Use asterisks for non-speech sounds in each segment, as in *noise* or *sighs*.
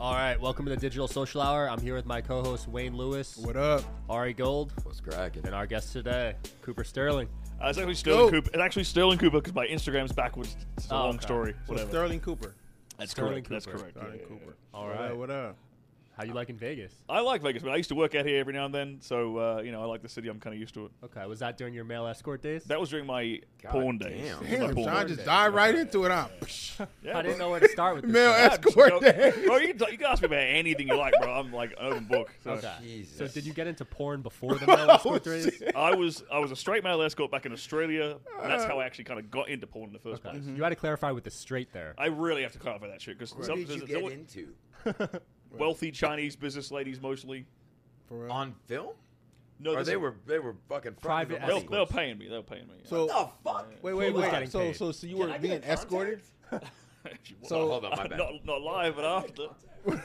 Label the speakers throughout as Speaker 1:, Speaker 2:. Speaker 1: All right, welcome to the Digital Social Hour. I'm here with my co-host Wayne Lewis,
Speaker 2: What up?
Speaker 1: Ari Gold,
Speaker 3: What's cracking?
Speaker 1: and our guest today, Cooper Sterling.
Speaker 4: Uh, it's actually still in
Speaker 2: go.
Speaker 4: Cuba. It's actually still in Cuba because my Instagram's backwards. It's a
Speaker 1: Oh,
Speaker 4: long
Speaker 1: okay.
Speaker 4: story.
Speaker 2: So
Speaker 4: Whatever.
Speaker 2: Sterling Cooper.
Speaker 4: That's
Speaker 1: Sterling
Speaker 4: correct. That's
Speaker 1: Cooper.
Speaker 4: correct.
Speaker 2: Sterling
Speaker 4: Yeah, yeah, yeah.
Speaker 2: Cooper.
Speaker 1: All
Speaker 2: What
Speaker 1: right.
Speaker 2: up, What up?
Speaker 1: How you like in Vegas?
Speaker 4: I like Vegas, man. I used to work out here every now and then, so uh, you know I like the city. I'm kind of used to it.
Speaker 1: Okay, was that during your male escort days?
Speaker 4: That was during my porn days.
Speaker 3: damn.
Speaker 4: My
Speaker 2: Damn,
Speaker 4: porn
Speaker 2: John
Speaker 4: days.
Speaker 2: just dived right into it. I'm
Speaker 4: Yeah,
Speaker 1: I didn't
Speaker 4: bro.
Speaker 1: know where to start
Speaker 3: *laughs*
Speaker 1: with this.
Speaker 2: male
Speaker 1: one.
Speaker 2: *laughs* escort.
Speaker 4: Bro,
Speaker 2: day.
Speaker 4: bro, you, can t- you can ask me about anything you like, bro. I'm like an open book. So.
Speaker 1: Okay.
Speaker 3: Oh, Jesus. Oh,
Speaker 1: So did you get into porn before
Speaker 3: *laughs*
Speaker 1: the male escort days?
Speaker 4: I was I was a straight male escort back in Australia. And that's how I actually kind of got into porn in the first
Speaker 1: Okay.
Speaker 4: place.
Speaker 1: You had to clarify with the straight there.
Speaker 4: I really have to clarify that shit because
Speaker 3: What did you get into?
Speaker 4: wealthy Chinese business ladies mostly.
Speaker 2: For real.
Speaker 3: On film?
Speaker 1: Oh,
Speaker 4: No,
Speaker 3: or
Speaker 4: this
Speaker 3: they
Speaker 4: is-
Speaker 3: were they were fucking
Speaker 1: Private
Speaker 4: they'll,
Speaker 3: fucking money.
Speaker 1: escorts.
Speaker 4: they'll paying me. They'll paying me.
Speaker 2: So
Speaker 3: What the fuck?
Speaker 2: wait, wait,
Speaker 1: Who was
Speaker 2: wait.
Speaker 1: getting
Speaker 2: So,
Speaker 1: paid?
Speaker 2: so, so you
Speaker 3: Can
Speaker 2: were
Speaker 3: I get
Speaker 2: being
Speaker 3: a contact?
Speaker 2: escorted?
Speaker 4: If you want.
Speaker 2: So-
Speaker 3: Hold on, my bad.
Speaker 4: Not, not live, but after.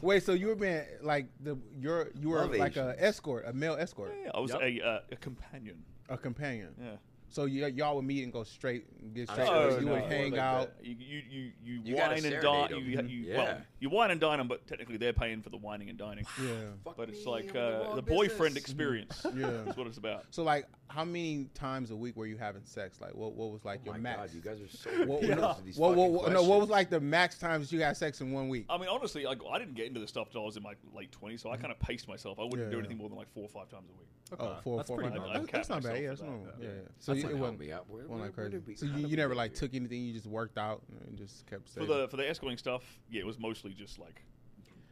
Speaker 2: Wait, so you were being like the you're you were
Speaker 3: Love
Speaker 2: like a
Speaker 3: Asians.
Speaker 2: escort, a male escort,
Speaker 4: Yeah, I was
Speaker 1: Yep.
Speaker 4: a, uh, a companion.
Speaker 2: a companion.
Speaker 4: Yeah.
Speaker 2: So you, y'all would meet and go straight, get
Speaker 3: I'm
Speaker 2: straight.
Speaker 4: sure
Speaker 2: you
Speaker 4: no,
Speaker 2: would
Speaker 4: more
Speaker 2: hang
Speaker 3: like
Speaker 2: out.
Speaker 4: You you you, you,
Speaker 3: You gotta
Speaker 4: wine and
Speaker 3: serenade
Speaker 4: dine. You,
Speaker 3: 'em.
Speaker 4: you,
Speaker 3: Mhm.
Speaker 4: well,
Speaker 3: Yeah.
Speaker 4: you wine and dine 'em, but technically they're paying for the whining and dining.
Speaker 2: Yeah.
Speaker 3: Fuck
Speaker 4: But it's
Speaker 3: me,
Speaker 4: like
Speaker 3: I'm in
Speaker 4: uh,
Speaker 3: wrong
Speaker 4: the boyfriend
Speaker 3: business.
Speaker 4: experience.
Speaker 2: *laughs* Yeah.
Speaker 4: That's what it's about.
Speaker 2: So like, how many times a week were you having sex? Like, what what was like
Speaker 3: Oh
Speaker 2: your
Speaker 3: my
Speaker 2: max?
Speaker 3: god, *laughs* you guys are so
Speaker 2: what,
Speaker 3: ridiculous
Speaker 2: no,
Speaker 3: with these
Speaker 2: what, what,
Speaker 3: fucking
Speaker 2: what- no, what was
Speaker 3: questions.
Speaker 2: like the max times you had sex in one week?
Speaker 4: I mean, honestly, like, I didn't get into this stuff until I was in my late 20s, so I kind of paced myself. I wouldn't
Speaker 2: Yeah,
Speaker 4: do
Speaker 2: yeah.
Speaker 4: anything more than like four or five times a week.
Speaker 2: Oh,
Speaker 1: Okay.
Speaker 2: four,
Speaker 1: That's
Speaker 2: four,
Speaker 1: pretty
Speaker 2: five.
Speaker 4: normal.
Speaker 2: That's,
Speaker 4: I'd
Speaker 2: that's
Speaker 4: cap
Speaker 2: not bad.
Speaker 4: myself
Speaker 2: Yeah,
Speaker 4: for
Speaker 2: that's
Speaker 4: that,
Speaker 2: normal.
Speaker 4: yeah.
Speaker 2: Yeah, yeah. So you,
Speaker 3: That's not
Speaker 2: it
Speaker 3: helping
Speaker 2: wasn't,
Speaker 3: me out. Where-
Speaker 2: wasn't like
Speaker 3: where-
Speaker 2: crazy.
Speaker 3: where did we-
Speaker 2: So
Speaker 3: how
Speaker 2: you,
Speaker 3: did
Speaker 2: you
Speaker 3: we
Speaker 2: never
Speaker 3: get
Speaker 2: like
Speaker 3: here?
Speaker 2: took anything. You just worked out and just kept
Speaker 4: For
Speaker 2: saving.
Speaker 4: the for the escorting stuff, yeah, it was mostly just like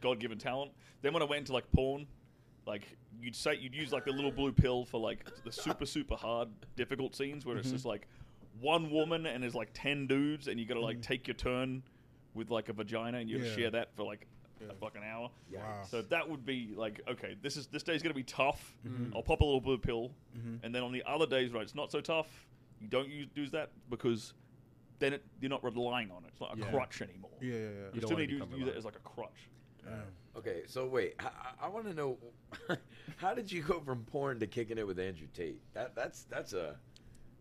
Speaker 4: God given talent. Then when I went into like porn, like you'd say you'd use like the little blue pill for like the super super hard difficult scenes where it's just like one woman and there's like ten dudes and you got to like take your turn with like a vagina and you gotta
Speaker 2: Yeah.
Speaker 4: share that for like a fucking hour.
Speaker 2: Wow.
Speaker 4: So that would be like okay, this is this day's gonna be tough.
Speaker 1: Mm-hmm.
Speaker 4: I'll pop a little blue pill, and then on the other days, right, it's not so tough. You don't use use that because then it, you're not relying on it. It's not a
Speaker 2: Yeah.
Speaker 4: crutch anymore.
Speaker 2: Yeah, yeah, yeah.
Speaker 4: There's
Speaker 1: don't
Speaker 4: too
Speaker 1: wanna
Speaker 4: many dudes
Speaker 1: become
Speaker 4: that use it
Speaker 1: reliant.
Speaker 4: as like a crutch.
Speaker 3: Okay, so wait, I, I- I want to know *laughs* how did you go from porn to kicking it with Andrew Tate? That that's that's a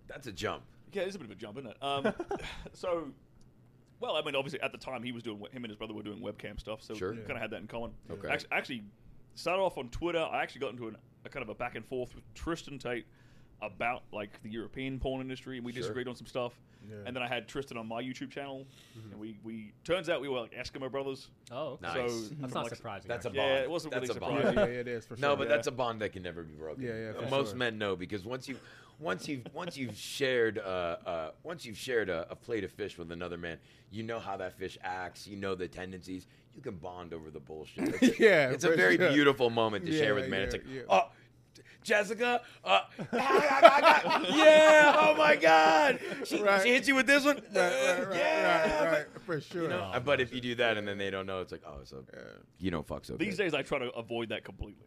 Speaker 3: that's a jump.
Speaker 4: Yeah, it's a bit of a jump, isn't it? Um, so, well, I mean, obviously at the time he was doing him and his brother were doing webcam stuff, so
Speaker 3: Sure.
Speaker 4: we kind of had that in common.
Speaker 3: Okay.
Speaker 4: Actually, actually, started off on Twitter. I actually got into an, a kind of a back and forth with Tristan Tate about like the European porn industry, and we
Speaker 3: Sure.
Speaker 4: disagreed on some stuff.
Speaker 2: Yeah.
Speaker 4: And then I had Tristan on my YouTube channel, and we we turns out we were like Eskimo brothers.
Speaker 1: Oh, okay.
Speaker 3: Nice.
Speaker 4: So
Speaker 1: That's
Speaker 4: from,
Speaker 1: not
Speaker 4: like,
Speaker 1: surprising.
Speaker 3: That's a
Speaker 1: actually.
Speaker 3: bond.
Speaker 4: Yeah, it wasn't
Speaker 3: that's
Speaker 4: really
Speaker 3: a bond.
Speaker 2: yeah, yeah, yeah, it is for sure.
Speaker 3: No, but
Speaker 4: Yeah.
Speaker 3: that's a bond that can never be broken.
Speaker 2: Yeah, yeah, for
Speaker 3: Most
Speaker 2: sure.
Speaker 3: men know because once you, once you, once you've shared, uh, uh, once you've shared a, a plate of fish with another man, you know how that fish acts. You know the tendencies. You can bond over the bullshit. It's
Speaker 2: *laughs*
Speaker 3: a-
Speaker 2: Yeah,
Speaker 3: it's a
Speaker 2: for
Speaker 3: very
Speaker 2: sure.
Speaker 3: beautiful moment to share
Speaker 2: Yeah,
Speaker 3: with men. it's
Speaker 2: yeah,
Speaker 3: like,
Speaker 2: yeah.
Speaker 3: oh. Jessica,
Speaker 2: *laughs*
Speaker 3: uh, yeah, oh my God, she,
Speaker 2: Right.
Speaker 3: she hits you with this one,
Speaker 2: Right, right, right,
Speaker 3: yeah,
Speaker 2: right,
Speaker 3: but-
Speaker 2: right, for sure.
Speaker 3: you
Speaker 4: Oh,
Speaker 3: know, but if you do that and then they don't know, it's like, oh, so you don't fuck so.
Speaker 4: These days, I try to avoid that
Speaker 3: *laughs*
Speaker 4: completely.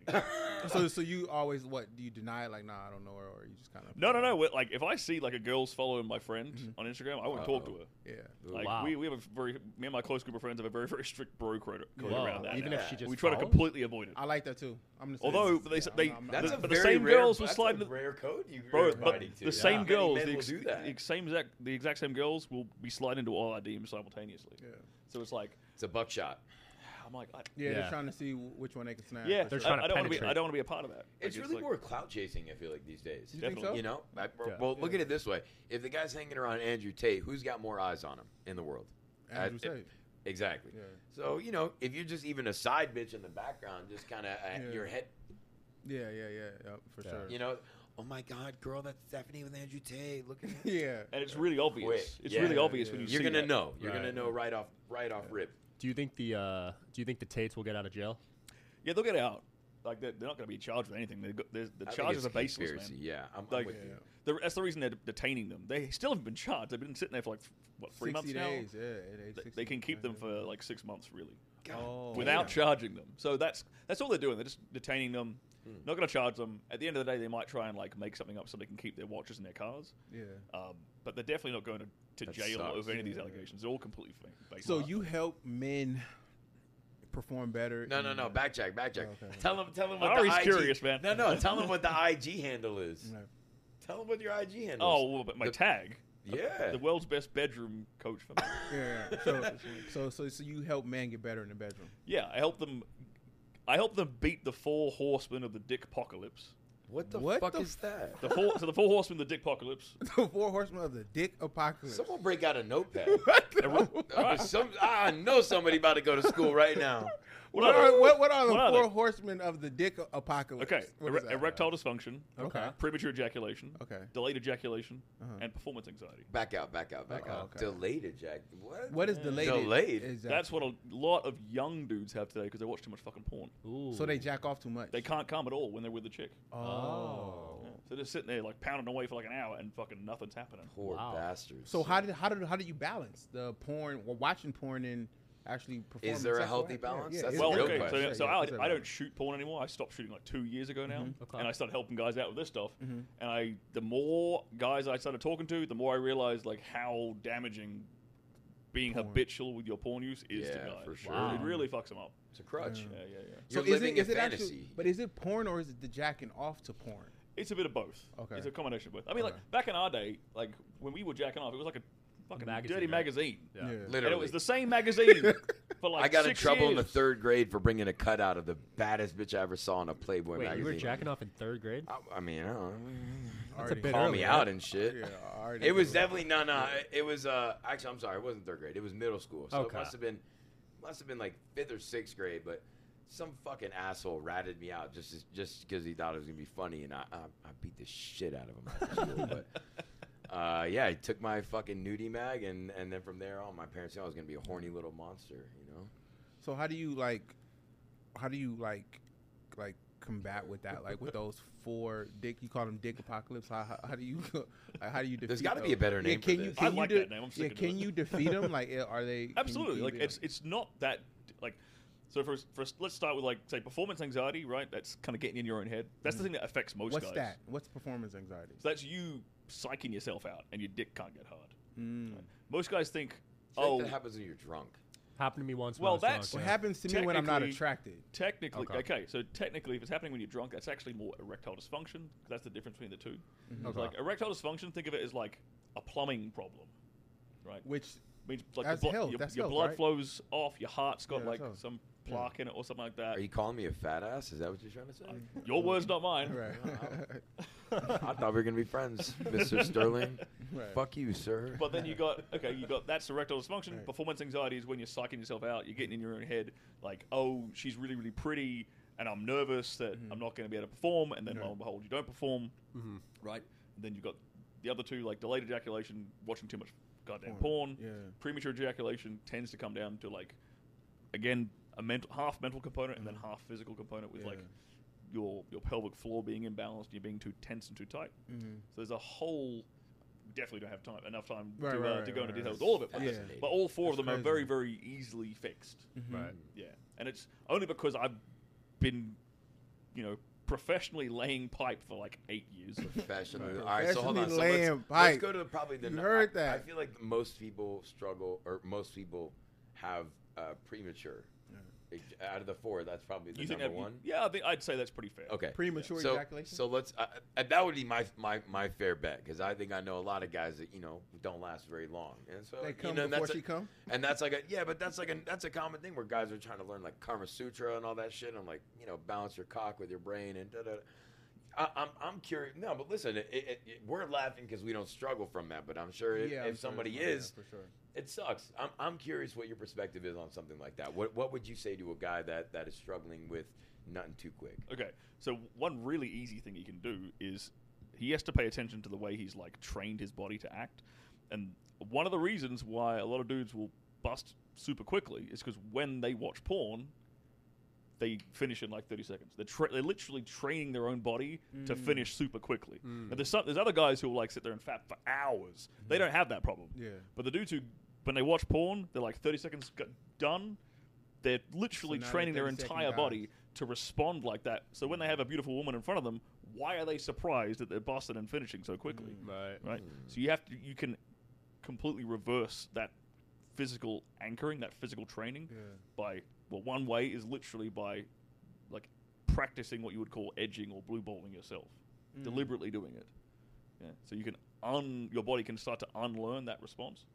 Speaker 2: So, so you always what? Do you deny it? Like, nah, I don't know, or, or you just kind of
Speaker 4: No, no, no. We're- Like, if I see like a girl's following my friend on Instagram, I wouldn't talk to
Speaker 3: Uh-oh.
Speaker 4: her.
Speaker 2: Yeah,
Speaker 4: Like,
Speaker 1: Wow.
Speaker 4: we, we have a very me and my close group of friends have a very very strict bro code, code
Speaker 1: Whoa,
Speaker 4: around that.
Speaker 1: even if she
Speaker 4: we
Speaker 1: just
Speaker 4: try to
Speaker 1: follows?
Speaker 4: completely avoid it.
Speaker 2: I like that too. I'm gonna say
Speaker 4: Although
Speaker 2: this.
Speaker 4: they
Speaker 2: Yeah,
Speaker 4: s-
Speaker 2: I'm
Speaker 4: they-
Speaker 2: not- I'm
Speaker 4: the-
Speaker 2: not-
Speaker 3: That's
Speaker 4: but
Speaker 3: a
Speaker 4: the
Speaker 3: very
Speaker 4: same
Speaker 3: rare,
Speaker 4: girls will
Speaker 3: that's
Speaker 4: slide
Speaker 3: a
Speaker 4: in the-
Speaker 3: rare code. You
Speaker 4: Bro,
Speaker 3: you're
Speaker 4: but
Speaker 3: inviting to.
Speaker 4: the same
Speaker 3: Not many
Speaker 4: girls,
Speaker 3: men
Speaker 4: the,
Speaker 3: will
Speaker 4: ex-
Speaker 3: do that.
Speaker 4: the same exact the exact same girls will be sliding into all our DMs simultaneously.
Speaker 2: Yeah.
Speaker 4: So it's like
Speaker 3: It's a buckshot.
Speaker 4: I'm like, I,
Speaker 2: Yeah,
Speaker 1: Yeah.
Speaker 2: they're trying to see wh- which one they can snap.
Speaker 4: yeah,
Speaker 2: for
Speaker 1: They're
Speaker 2: sure.
Speaker 4: I,
Speaker 1: trying to
Speaker 4: I don't want to be I
Speaker 1: penetrate.
Speaker 4: don't want to be a part of that.
Speaker 3: It's
Speaker 4: Like,
Speaker 3: really
Speaker 4: like-
Speaker 3: more clout chasing. I feel like these days.
Speaker 2: You think
Speaker 4: Definitely.
Speaker 2: so?
Speaker 3: You know, I,
Speaker 4: Yeah.
Speaker 3: well, look at it this way: if the guy's hanging around Andrew Tate, who's got more eyes on him in the world?
Speaker 2: Andrew
Speaker 3: I-
Speaker 2: Tate.
Speaker 3: Exactly.
Speaker 2: Yeah.
Speaker 3: So you know, if you're just even a side bitch in the background, just kind of uh,
Speaker 2: Yeah.
Speaker 3: your head,
Speaker 2: Yeah, yeah, yeah, yeah, for
Speaker 1: Yeah.
Speaker 2: sure.
Speaker 3: you know, oh my God, girl, that's Stephanie with Andrew Tate.
Speaker 4: *laughs*
Speaker 3: Look at her.
Speaker 2: Yeah.
Speaker 4: and it's really obvious.
Speaker 3: Quick.
Speaker 4: It's
Speaker 3: Yeah.
Speaker 4: really
Speaker 3: Yeah,
Speaker 4: obvious
Speaker 2: yeah.
Speaker 4: when you
Speaker 3: You're
Speaker 4: see
Speaker 3: gonna
Speaker 4: that.
Speaker 3: know. You're
Speaker 1: Right.
Speaker 3: gonna know right off, right off rip.
Speaker 1: Do you think the uh, do you think the Tates will get out of jail?
Speaker 4: Yeah, they'll get out. Like they're, they're not going to be charged with anything. They're, go- there's- the
Speaker 3: I think
Speaker 4: charges
Speaker 3: it's
Speaker 4: are baseless, man.
Speaker 3: conspiracy. Yeah, I'm, I'm
Speaker 4: Like,
Speaker 3: with you.
Speaker 4: the, that's the reason they're detaining them. They still haven't been charged. They've been sitting there for like what three
Speaker 2: 60 days.
Speaker 4: months now.
Speaker 2: Yeah, it is
Speaker 4: They-
Speaker 2: 60
Speaker 4: They can keep them
Speaker 2: days.
Speaker 4: for like six months, really,
Speaker 3: God
Speaker 2: Oh.
Speaker 4: without
Speaker 3: damn.
Speaker 4: charging them. So that's that's all they're doing. They're just detaining them. Not going to charge them. At the end of the day, they might try and like make something up so they can keep their watches in their cars.
Speaker 2: Yeah.
Speaker 4: Um, but they're definitely not going to, to
Speaker 3: That
Speaker 4: jail
Speaker 3: sucks.
Speaker 4: over any of these
Speaker 2: Yeah.
Speaker 4: allegations. They're all completely fake. fake
Speaker 2: So
Speaker 4: lies.
Speaker 2: you help men perform better.
Speaker 3: No, no,
Speaker 2: in-
Speaker 3: no. Backjack, backjack.
Speaker 2: Oh, okay.
Speaker 3: Tell him, tell him what
Speaker 4: Ari's
Speaker 3: the IG.
Speaker 4: curious, man. *laughs*
Speaker 3: No, no. Tell him what the IG handle is.
Speaker 2: Right.
Speaker 3: Tell him what your IG handle
Speaker 4: Oh,
Speaker 3: is.
Speaker 4: well, but my
Speaker 3: The-
Speaker 4: tag.
Speaker 3: Yeah.
Speaker 4: Oh, the world's best bedroom coach for me.
Speaker 2: Yeah. yeah. *laughs* So, so, so, so you help men get better in the bedroom.
Speaker 4: yeah, I helped them. I helped them beat the four horsemen of the dick apocalypse.
Speaker 3: What the
Speaker 2: What
Speaker 3: fuck
Speaker 2: the
Speaker 3: is that?
Speaker 4: The four, so the four horsemen of the dick apocalypse.
Speaker 2: *laughs* The four horsemen of the dick apocalypse.
Speaker 3: Someone break out
Speaker 2: *laughs*
Speaker 3: a notepad.
Speaker 2: what, the-
Speaker 3: Uh, some, I know somebody about to go to school right
Speaker 2: *laughs*
Speaker 3: now.
Speaker 2: what are, what, what are the
Speaker 4: What are
Speaker 2: four
Speaker 4: they?
Speaker 2: horsemen of the dick apocalypse?
Speaker 4: Okay,
Speaker 2: What
Speaker 4: ere-
Speaker 2: is that?
Speaker 4: erectile dysfunction,
Speaker 2: Okay.
Speaker 4: premature ejaculation,
Speaker 2: Okay. Uh-huh.
Speaker 4: delayed ejaculation, and performance anxiety.
Speaker 3: Back out, back out, back
Speaker 2: Oh,
Speaker 3: out.
Speaker 2: okay.
Speaker 3: Delated, Jack. What?
Speaker 2: What is delayed?
Speaker 3: Delayed.
Speaker 2: Exactly.
Speaker 4: That's what a lot of young dudes have today because they watch too much fucking porn.
Speaker 1: Ooh.
Speaker 2: so they jack off too much.
Speaker 4: They can't come at all when they're with a chick.
Speaker 2: oh.
Speaker 4: Yeah. So they're just sitting there like pounding away for like an hour and fucking nothing's happening.
Speaker 3: Poor
Speaker 1: Wow.
Speaker 3: bastards.
Speaker 2: So how did how did how do you balance the porn? Well, watching porn and actually performing.
Speaker 3: there a
Speaker 2: sexual
Speaker 3: healthy
Speaker 2: act?
Speaker 3: balance?
Speaker 2: Yeah,
Speaker 3: That's
Speaker 2: is
Speaker 3: a
Speaker 4: well,
Speaker 2: there-
Speaker 3: real
Speaker 4: okay, so,
Speaker 3: question.
Speaker 4: so
Speaker 2: Yeah, is there
Speaker 4: I, I
Speaker 2: a Mm-hmm.
Speaker 4: don't
Speaker 2: balance?
Speaker 4: shoot porn anymore. I stopped shooting like two years ago now,
Speaker 1: Okay.
Speaker 4: and I started helping guys out with this stuff.
Speaker 2: Mm-hmm.
Speaker 4: And I, the more guys I started talking to, the more I realized like how damaging being
Speaker 2: Porn.
Speaker 4: habitual with your porn use is to
Speaker 3: Yeah,
Speaker 4: guys.
Speaker 3: for sure.
Speaker 4: It really fucks them up.
Speaker 3: It's a crutch.
Speaker 4: Yeah, yeah, yeah.
Speaker 3: You're
Speaker 2: is
Speaker 3: living
Speaker 2: it, is
Speaker 3: a
Speaker 2: it
Speaker 3: fantasy.
Speaker 2: actually? But is it porn or is it the jacking off to porn?
Speaker 4: It's a bit of both.
Speaker 2: Okay.
Speaker 4: It's a combination of both. I mean,
Speaker 2: Okay.
Speaker 4: like back in our day, like when we were jacking off, it was like a fucking
Speaker 1: Magazine,
Speaker 4: dirty
Speaker 1: right?
Speaker 4: magazine.
Speaker 1: Yeah.
Speaker 4: And
Speaker 3: Literally.
Speaker 4: it was the same
Speaker 3: *laughs*
Speaker 4: magazine for like
Speaker 3: I got in
Speaker 4: six
Speaker 3: trouble in the
Speaker 4: years.
Speaker 3: third grade for bringing a cutout of the baddest bitch I ever saw in a Playboy
Speaker 1: Wait, you
Speaker 3: magazine.
Speaker 1: were jacking off in third grade?
Speaker 3: I, I mean, I don't know.
Speaker 2: Mm, That's a
Speaker 1: bit
Speaker 3: Call me
Speaker 1: early,
Speaker 3: out and shit.
Speaker 2: Yeah, already
Speaker 3: It was
Speaker 2: early.
Speaker 3: definitely no, no. It was uh, actually, I'm sorry, it wasn't third grade. It was middle school, so
Speaker 1: Okay.
Speaker 3: it must have been, must have been like fifth or sixth grade. But some fucking asshole ratted me out just just because he thought it was gonna be funny, and I I, I beat the shit out of him. After
Speaker 2: *laughs*
Speaker 3: school. But uh, yeah, he took my fucking nudie mag, and and then from there on, my parents knew I was gonna be a horny little monster, you know.
Speaker 2: So how do you like? How do you like? Like combat with that? Like with those four dick? You call them dick apocalypse? How, how, how do you? *laughs* Like, how do you? Defeat
Speaker 3: There's gotta be
Speaker 2: those?
Speaker 3: a better name for
Speaker 2: can you?
Speaker 3: this.
Speaker 2: Can
Speaker 4: I
Speaker 2: you
Speaker 4: like
Speaker 2: de-
Speaker 4: that name.
Speaker 2: yeah,
Speaker 4: I'm sticking to
Speaker 2: can
Speaker 4: it.
Speaker 2: you defeat them? Like eh, are they? can you
Speaker 4: Absolutely. Like
Speaker 2: easily-
Speaker 4: it's it's not that like so for, for let's start with like say performance anxiety, right? That's kind of getting in your own head. That's
Speaker 3: Mm.
Speaker 4: the thing that affects most
Speaker 2: What's
Speaker 4: guys.
Speaker 2: that? What's performance anxiety?
Speaker 4: So that's you psyching yourself out, and your dick can't get hard.
Speaker 2: Mm.
Speaker 4: Most guys think,
Speaker 3: I think
Speaker 4: oh,
Speaker 3: that happens when you're drunk.
Speaker 1: Happened to me once. when
Speaker 4: Well,
Speaker 1: I was drunk,
Speaker 4: that's-
Speaker 2: What
Speaker 1: yeah.
Speaker 2: happens to me when I'm not
Speaker 4: Technically-
Speaker 2: attracted?
Speaker 4: technically,
Speaker 1: Okay.
Speaker 4: okay. So technically, if it's happening when you're drunk, that's actually more erectile dysfunction. 'cause That's the difference between the 2 It's
Speaker 2: Okay.
Speaker 4: Like erectile dysfunction, think of it as like a plumbing problem, right?
Speaker 2: Which
Speaker 4: means like
Speaker 2: That's
Speaker 4: your, blo-
Speaker 2: health,
Speaker 4: your,
Speaker 2: that's
Speaker 4: your
Speaker 2: health,
Speaker 4: blood
Speaker 2: right?
Speaker 4: flows off, your heart's got
Speaker 2: Yeah, that's
Speaker 4: like
Speaker 2: health.
Speaker 4: some plaque in it or something like that.
Speaker 3: Are you calling me a fat ass? Is that what you're trying
Speaker 2: *laughs*
Speaker 3: to say?
Speaker 4: Your words, not mine.
Speaker 2: right.
Speaker 3: I thought we were gonna be friends, Mr. Sterling.
Speaker 2: *laughs* *laughs* Right.
Speaker 3: Fuck you, sir.
Speaker 4: But then you got okay, you got that's erectile dysfunction.
Speaker 2: Right.
Speaker 4: Performance anxiety is when you're psyching yourself out. You're getting in your own head, like, oh, she's really, really pretty, and I'm nervous that I'm not going to be able to perform. And then lo and behold, you don't perform, right? And then you've got the other two, like delayed ejaculation, watching too much goddamn porn.
Speaker 2: Porn, yeah.
Speaker 4: Premature ejaculation tends to come down to like, again, a mental half mental component and then half physical component with like
Speaker 2: Mm-hmm. Yeah.
Speaker 4: your your pelvic floor being imbalanced, you being too tense and too tight. So
Speaker 2: Mm-hmm.
Speaker 4: there's a whole. Definitely don't have time enough time
Speaker 2: Right,
Speaker 4: to,
Speaker 2: right,
Speaker 4: uh,
Speaker 2: right,
Speaker 4: to go
Speaker 2: right,
Speaker 4: into detail
Speaker 2: right.
Speaker 4: with all of it, but,
Speaker 2: Yeah.
Speaker 4: but all four of
Speaker 2: That's
Speaker 4: them are
Speaker 2: crazy.
Speaker 4: very very easily fixed.
Speaker 2: Mm-hmm.
Speaker 1: Right.
Speaker 4: Yeah, and it's only because I've been, you know, professionally laying pipe for like eight
Speaker 2: *laughs*
Speaker 4: years.
Speaker 3: Professionally. All right, so hold on. So
Speaker 2: Professionally
Speaker 3: let's,
Speaker 2: laying
Speaker 3: let's
Speaker 2: pipe.
Speaker 3: go to the, probably the.
Speaker 2: You
Speaker 3: no-
Speaker 2: heard
Speaker 3: I- I,
Speaker 2: that.
Speaker 3: feel like most people struggle, or most people have uh, premature. Ex- Out of the four, that's probably the
Speaker 4: you think
Speaker 3: number
Speaker 4: that-
Speaker 3: one.
Speaker 4: Yeah, I think I'd say that's pretty fair.
Speaker 3: Okay.
Speaker 2: Premature
Speaker 3: so,
Speaker 2: ejaculation?
Speaker 3: So let's. Uh, uh, that would be my my my fair bet because I think I know a lot of guys that you know don't last very long, and so
Speaker 2: They
Speaker 3: you
Speaker 2: come
Speaker 3: know,
Speaker 2: before
Speaker 3: that's a-
Speaker 2: she come? *laughs*
Speaker 3: And that's like a yeah, but that's like a that's a common thing where guys are trying to learn like Kama Sutra and all that shit. I'm like you know balance your cock with your brain and da da. I, I'm I'm curious. No, but listen, it, it, it- we're laughing because we don't struggle from that. But I'm sure if,
Speaker 2: Yeah, I'm
Speaker 3: if
Speaker 2: sure
Speaker 3: somebody
Speaker 2: it's- yeah,
Speaker 3: is,
Speaker 2: for sure.
Speaker 3: it sucks. I'm I'm curious what your perspective is on something like that. What what would you say to a guy that that is struggling with nothing too quick?
Speaker 4: Okay, so one really easy thing he can do is he has to pay attention to the way he's like trained his body to act, and one of the reasons why a lot of dudes will bust super quickly is because when they watch porn, they finish in like thirty seconds. They're tra- they're literally training their own body to finish super quickly. And there's some, there's other guys who will like sit there and fap for hours. They don't have that problem.
Speaker 2: Yeah.
Speaker 4: But the dudes who when they watch porn, they're like thirty seconds got done. They're literally
Speaker 2: now they're
Speaker 4: training their
Speaker 2: 30-second
Speaker 4: entire
Speaker 2: guys.
Speaker 4: body to respond like that. So when they have a beautiful woman in front of them, why are they surprised that they're busting and finishing so quickly?
Speaker 2: Mm.
Speaker 1: Right.
Speaker 4: Right. So you have to you can completely reverse that physical anchoring, that physical training
Speaker 2: Yeah.
Speaker 4: by well, one way is literally by like
Speaker 3: Mm.
Speaker 4: practicing what you would call edging or blue balling yourself, deliberately doing it. Yeah. So you can un your body can start to unlearn that response,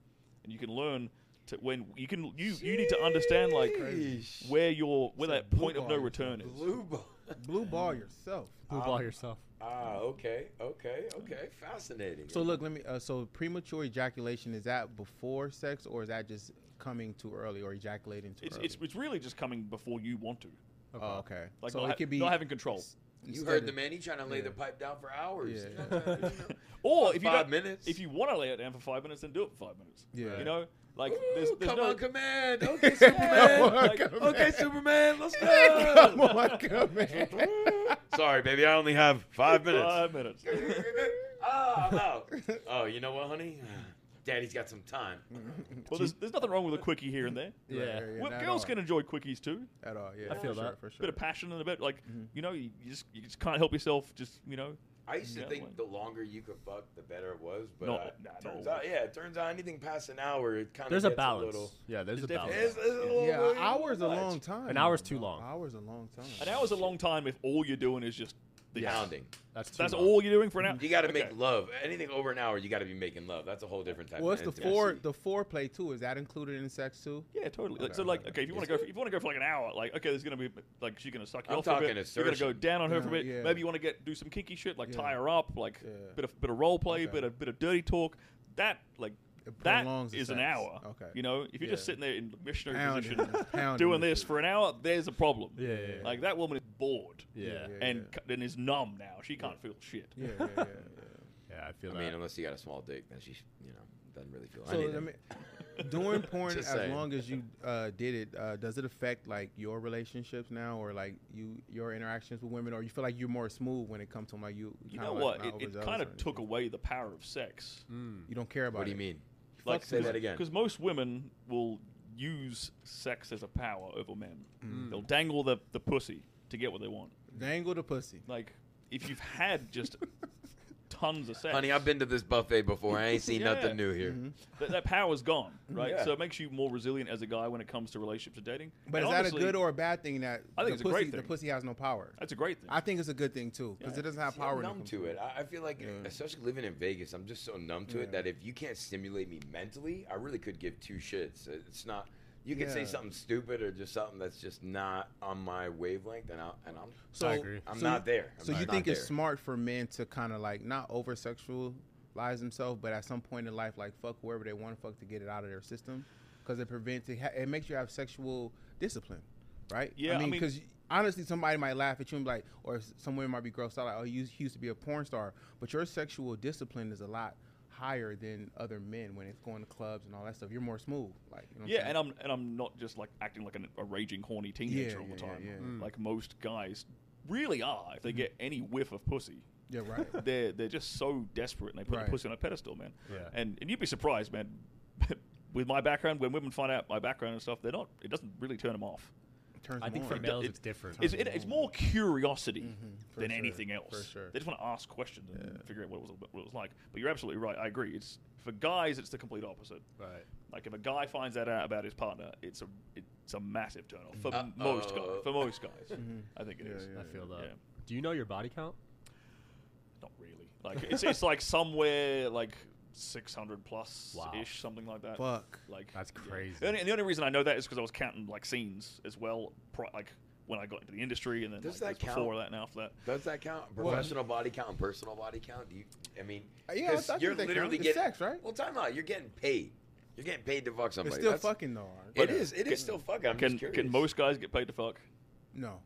Speaker 4: and you can learn to when you can you you need to understand like
Speaker 3: Sheesh.
Speaker 4: where your where
Speaker 2: It's
Speaker 4: that
Speaker 2: a
Speaker 4: point
Speaker 2: blue
Speaker 4: of no
Speaker 2: bar.
Speaker 4: return is.
Speaker 3: Blue ball.
Speaker 2: Blue ball yourself.
Speaker 1: Blue ball yourself.
Speaker 3: *laughs* ah, okay, okay, okay. Fascinating.
Speaker 2: So look, let me. Uh, so premature ejaculation is that before sex or is that just coming too early or ejaculating too
Speaker 4: It's,
Speaker 2: early?
Speaker 4: it's it's really just coming before you want to,
Speaker 2: oh, *laughs* okay.
Speaker 4: like
Speaker 2: so
Speaker 4: not, ha-
Speaker 2: it could be
Speaker 4: not having control.
Speaker 3: you
Speaker 2: instead
Speaker 3: heard
Speaker 2: of-
Speaker 3: the man. He trying to lay the
Speaker 2: yeah.
Speaker 3: pipe down for hours.
Speaker 2: Yeah.
Speaker 3: You know *laughs* what I'm trying to do?
Speaker 4: Or
Speaker 3: About
Speaker 4: if you
Speaker 3: five
Speaker 4: don't,
Speaker 3: minutes.
Speaker 4: if you want to lay it down for five minutes, then do it for five minutes.
Speaker 2: Yeah.
Speaker 4: you know, like
Speaker 3: Ooh,
Speaker 4: there's, there's
Speaker 3: come
Speaker 4: no
Speaker 3: on, command.
Speaker 4: *laughs*
Speaker 1: *laughs*
Speaker 3: Okay, Superman.
Speaker 4: like,
Speaker 3: okay,
Speaker 4: *laughs*
Speaker 3: Superman. Let's go. *laughs*
Speaker 2: Come on, come on.
Speaker 3: Sorry, baby. I only have five minutes. *laughs*
Speaker 4: five minutes.
Speaker 3: oh, I'm out. Oh, you know what, honey? *sighs* Daddy's got some time.
Speaker 4: well, there's, there's nothing wrong with a quickie here and there.
Speaker 1: Yeah.
Speaker 2: *laughs* yeah,
Speaker 4: Well,
Speaker 2: not at
Speaker 4: girls
Speaker 2: all.
Speaker 4: can enjoy quickies too.
Speaker 2: at all. Yeah,
Speaker 1: I feel that.
Speaker 2: for sure, for sure. Mm-hmm.
Speaker 4: Bit of passion and a bit like you know you, you just you just can't help yourself. Just you know,
Speaker 3: I used to
Speaker 4: Yeah,
Speaker 3: think
Speaker 4: like-
Speaker 3: the longer you could fuck, the better it was. But
Speaker 4: No,
Speaker 3: uh,
Speaker 4: not always.
Speaker 3: turns out, yeah, it turns out anything past an hour, it kind of
Speaker 1: There's a
Speaker 3: gets
Speaker 1: balance.
Speaker 3: little,
Speaker 1: Yeah, there's a
Speaker 4: There's
Speaker 1: balance.
Speaker 3: it's, it's a little
Speaker 2: yeah,
Speaker 3: bit
Speaker 2: an hour's a
Speaker 3: much.
Speaker 2: long time.
Speaker 1: An hour's
Speaker 2: though,
Speaker 1: too
Speaker 2: bro.
Speaker 1: long.
Speaker 2: hour's a long time.
Speaker 4: an hour's a long time if all you're doing is just this.
Speaker 3: Pounding.
Speaker 1: That's too
Speaker 4: That's
Speaker 1: long.
Speaker 4: all you're doing for an hour.
Speaker 3: You got to
Speaker 4: Okay.
Speaker 3: make love. Anything over an hour, you got to be making love. That's a whole different type.
Speaker 2: Well,
Speaker 3: of
Speaker 2: it's the
Speaker 3: intimacy.
Speaker 2: four the foreplay too. Is that included in sex too?
Speaker 4: Yeah, totally. Like,
Speaker 2: Okay,
Speaker 4: so, like,
Speaker 2: okay.
Speaker 4: okay, if you want to go, for, if you want to go for like an hour, like, okay, there's gonna be like she's gonna suck you
Speaker 3: I'm
Speaker 4: off for a
Speaker 3: talking
Speaker 4: bit. You're gonna go
Speaker 3: assertion.
Speaker 4: down on her for a
Speaker 2: Yeah,
Speaker 4: bit.
Speaker 2: Uh-huh. yeah.
Speaker 4: Maybe you want to get do some kinky shit, like
Speaker 2: Yeah.
Speaker 4: tie her up, like
Speaker 2: Yeah.
Speaker 4: bit of bit of role play,
Speaker 2: Okay.
Speaker 4: bit of bit of dirty talk. That like
Speaker 2: It
Speaker 4: that
Speaker 2: prolongs the
Speaker 4: is an
Speaker 2: sex.
Speaker 4: hour.
Speaker 2: Okay.
Speaker 4: you know, if you're just
Speaker 2: Yeah.
Speaker 4: sitting there in missionary
Speaker 2: Pounding,
Speaker 4: position
Speaker 2: *laughs* pounding
Speaker 4: doing
Speaker 2: this
Speaker 4: this for an hour, there's a problem.
Speaker 1: Yeah, yeah, yeah.
Speaker 4: like that woman is bored
Speaker 1: Yeah. Yeah,
Speaker 2: yeah,
Speaker 4: and cu- and is numb now. She can't feel shit.
Speaker 2: Yeah, yeah, yeah.
Speaker 1: Yeah, I feel
Speaker 3: I
Speaker 1: that.
Speaker 3: mean, unless you got a small dick, then she, you know, doesn't really feel
Speaker 2: yeah. so
Speaker 3: anything.
Speaker 2: I mean, doing porn as
Speaker 3: Just saying.
Speaker 2: long as you uh, did it, uh, does it affect like your relationships now, or like you your interactions with women, or you feel like you're more smooth when it comes to like you?
Speaker 4: You
Speaker 2: kinda,
Speaker 4: know
Speaker 2: like,
Speaker 4: what?
Speaker 2: not
Speaker 4: It, it
Speaker 2: overzealous
Speaker 4: kind
Speaker 2: or
Speaker 4: of took
Speaker 2: anything?
Speaker 4: away the power of sex.
Speaker 1: Mm.
Speaker 2: You don't care about
Speaker 3: what do
Speaker 2: it.
Speaker 3: you mean?
Speaker 2: Like,
Speaker 3: say that again.
Speaker 4: Because most women will use sex as a power over men.
Speaker 2: Mm.
Speaker 4: They'll dangle the, the pussy to get what they want.
Speaker 2: Dangle the pussy.
Speaker 4: Like, if you've
Speaker 2: *laughs*
Speaker 4: had just tons of sex,
Speaker 3: Honey, I've been to this buffet before. I ain't seen
Speaker 4: Yeah.
Speaker 3: nothing new here.
Speaker 4: that, that power's gone, right?
Speaker 3: Yeah.
Speaker 4: So it makes you more resilient as a guy when it comes to relationships and dating.
Speaker 2: But
Speaker 4: And
Speaker 2: is that
Speaker 4: honestly,
Speaker 2: a good or a bad thing that
Speaker 4: I think
Speaker 2: the
Speaker 4: it's a
Speaker 2: pussy
Speaker 4: great
Speaker 2: the
Speaker 4: thing.
Speaker 2: pussy has no power?
Speaker 4: That's a great thing.
Speaker 2: I think it's a good thing too because
Speaker 4: Yeah.
Speaker 2: it doesn't have
Speaker 3: See,
Speaker 2: power.
Speaker 3: I'm
Speaker 2: in it
Speaker 3: numb to it. I, I feel like,
Speaker 2: Yeah.
Speaker 3: especially living in Vegas, I'm just so numb to
Speaker 2: Yeah.
Speaker 3: it that if you can't stimulate me mentally, I really could give two shits. Uh, It's not. You can say
Speaker 2: Yeah.
Speaker 3: something stupid or just something that's just not on my wavelength, and, I, and I'm
Speaker 2: So
Speaker 1: I agree.
Speaker 3: I'm
Speaker 2: so
Speaker 3: not
Speaker 2: you-
Speaker 3: there. I'm
Speaker 2: so
Speaker 3: not-
Speaker 2: you
Speaker 3: not
Speaker 2: think it's
Speaker 3: there.
Speaker 2: smart for men to kind of like not over sexualize themselves, but at some point in life, like fuck whoever they want to fuck to get it out of their system, because it prevents it, ha- it makes you have sexual discipline, right?
Speaker 4: Yeah, I
Speaker 2: I mean
Speaker 4: mean-
Speaker 2: because. Honestly, somebody might laugh at you and be like, or s- some women might be grossed out, like, oh, you used- you used to be a porn star. But your sexual discipline is a lot higher than other men when it's going to clubs and all that stuff. You're more smooth. like you know what
Speaker 4: yeah,
Speaker 2: I'm
Speaker 4: and I'm and I'm not just like acting like an, a raging horny teenager all
Speaker 2: yeah,
Speaker 4: the
Speaker 2: yeah, Mm.
Speaker 4: time.
Speaker 2: yeah.
Speaker 4: Like most guys really are if they get any whiff of pussy.
Speaker 2: saying? yeah, right.
Speaker 4: they're they're just so desperate and they put
Speaker 2: Right.
Speaker 4: the pussy on a pedestal, man.
Speaker 1: Yeah.
Speaker 4: And and you'd be surprised, man. *laughs* With my background, when women find out my background and stuff, they're not. It doesn't really turn them off.
Speaker 2: Turns
Speaker 1: I think
Speaker 2: them
Speaker 1: for
Speaker 2: on.
Speaker 1: males
Speaker 4: It-
Speaker 1: it's different.
Speaker 4: It's, it, it's more curiosity
Speaker 2: Mm-hmm, for
Speaker 4: than
Speaker 2: sure,
Speaker 4: anything
Speaker 2: for
Speaker 4: else.
Speaker 2: sure.
Speaker 4: They just want to ask questions and figure out what it, was, what it was like. But you're absolutely right. I agree. It's for guys, it's the complete opposite.
Speaker 1: right.
Speaker 4: Like if a guy finds that out about his partner, it's a it's a massive turnoff for
Speaker 3: Uh,
Speaker 4: most
Speaker 3: uh,
Speaker 4: guys. For most guys, I think it is.
Speaker 2: Mm-hmm. Yeah, yeah,
Speaker 1: I feel that.
Speaker 4: Yeah.
Speaker 1: Do you know your body count?
Speaker 4: Not really. Like it's it's like somewhere like six hundred plus
Speaker 1: Wow.
Speaker 4: ish, something like that.
Speaker 2: Fuck.
Speaker 4: Like
Speaker 1: That's
Speaker 4: yeah.
Speaker 1: crazy.
Speaker 4: The only- and the only reason I know that is because I was counting like scenes as well, pri like when I got into the industry, and then
Speaker 3: Does
Speaker 4: like,
Speaker 3: that
Speaker 4: there's before
Speaker 3: count?
Speaker 4: that and after that.
Speaker 3: Does that count? Professional body count and personal body count? Do you? I mean,
Speaker 2: Uh, yeah, I-
Speaker 3: 'cause
Speaker 2: I think
Speaker 3: you're
Speaker 2: they count.
Speaker 3: literally
Speaker 2: It's
Speaker 3: getting
Speaker 2: sex, right?
Speaker 3: Well, time out. You're getting paid. You're getting paid to fuck somebody.
Speaker 2: It's still
Speaker 3: That's-
Speaker 2: fucking though.
Speaker 3: It is. It is still fucking. I'm
Speaker 4: Can
Speaker 3: just
Speaker 4: can
Speaker 3: curious.
Speaker 4: most guys get paid to fuck?
Speaker 2: No.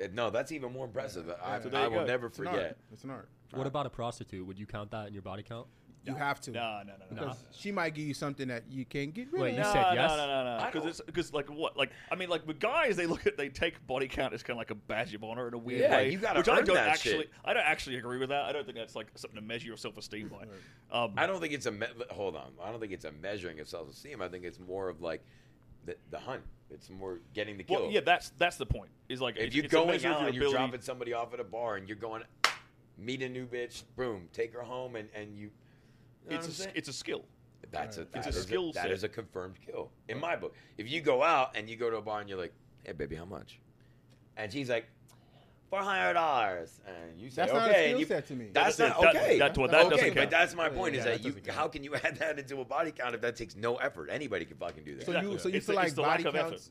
Speaker 3: Uh, No, that's even more impressive. I,
Speaker 2: So
Speaker 4: there
Speaker 3: I
Speaker 4: you
Speaker 3: will
Speaker 4: go.
Speaker 3: never
Speaker 2: It's an art.
Speaker 3: forget.
Speaker 2: It's an art.
Speaker 1: What about a prostitute? Would you count that in your body count?
Speaker 2: You have to.
Speaker 4: No, no, no, no.
Speaker 2: Because She might give you something that you can't get rid
Speaker 1: Wait,
Speaker 2: of.
Speaker 1: you
Speaker 4: no,
Speaker 1: said yes?
Speaker 4: no, no, no, no,
Speaker 3: I
Speaker 4: because
Speaker 3: don't-
Speaker 4: it's because like what, like I mean, like with guys, they look at they take body count as kind of like a badge of honor in a weird
Speaker 3: Yeah,
Speaker 4: way.
Speaker 3: you gotta
Speaker 4: which I
Speaker 3: earn
Speaker 4: don't
Speaker 3: that
Speaker 4: actually,
Speaker 3: shit.
Speaker 4: I don't actually agree with that. I don't think that's like something to measure your self esteem by. Um,
Speaker 3: I don't think it's a me- hold on. I don't think it's a measuring of self-esteem. I think it's more of like the, the hunt. It's more getting the kill.
Speaker 4: well, yeah, that's that's the point. Is like
Speaker 3: if
Speaker 4: it's-
Speaker 3: you're
Speaker 4: it's a
Speaker 3: going
Speaker 4: measure of
Speaker 3: out
Speaker 4: your
Speaker 3: and you're
Speaker 4: ability-
Speaker 3: dropping somebody off at a bar and you're going meet a new bitch, boom, take her home and and you. you know what
Speaker 4: it's
Speaker 3: I'm
Speaker 4: a,
Speaker 3: saying?
Speaker 4: it's a skill.
Speaker 3: That's a, that
Speaker 4: a
Speaker 3: is
Speaker 4: skill
Speaker 3: That
Speaker 4: set.
Speaker 3: is a confirmed kill in my book. If you go out and you go to a bar and you're like, "Hey, baby, how much?" and she's like, four hundred dollars, and you say
Speaker 2: That's not a
Speaker 3: okay,
Speaker 2: skill
Speaker 3: and you,
Speaker 2: set to me.
Speaker 3: That's
Speaker 4: That-
Speaker 3: not
Speaker 4: that-
Speaker 3: okay.
Speaker 4: that's what-
Speaker 2: that
Speaker 3: okay,
Speaker 2: doesn't
Speaker 3: but
Speaker 2: count.
Speaker 3: that's my
Speaker 2: Yeah,
Speaker 3: point.
Speaker 2: yeah,
Speaker 3: is
Speaker 2: that
Speaker 3: that you?
Speaker 1: doesn't count.
Speaker 3: How can you add that into a body count if that takes no effort? Anybody can fucking do that.
Speaker 2: So you so you
Speaker 4: It's
Speaker 2: feel
Speaker 4: the-
Speaker 2: like
Speaker 4: it's the lack
Speaker 2: body
Speaker 4: of effort.
Speaker 2: counts.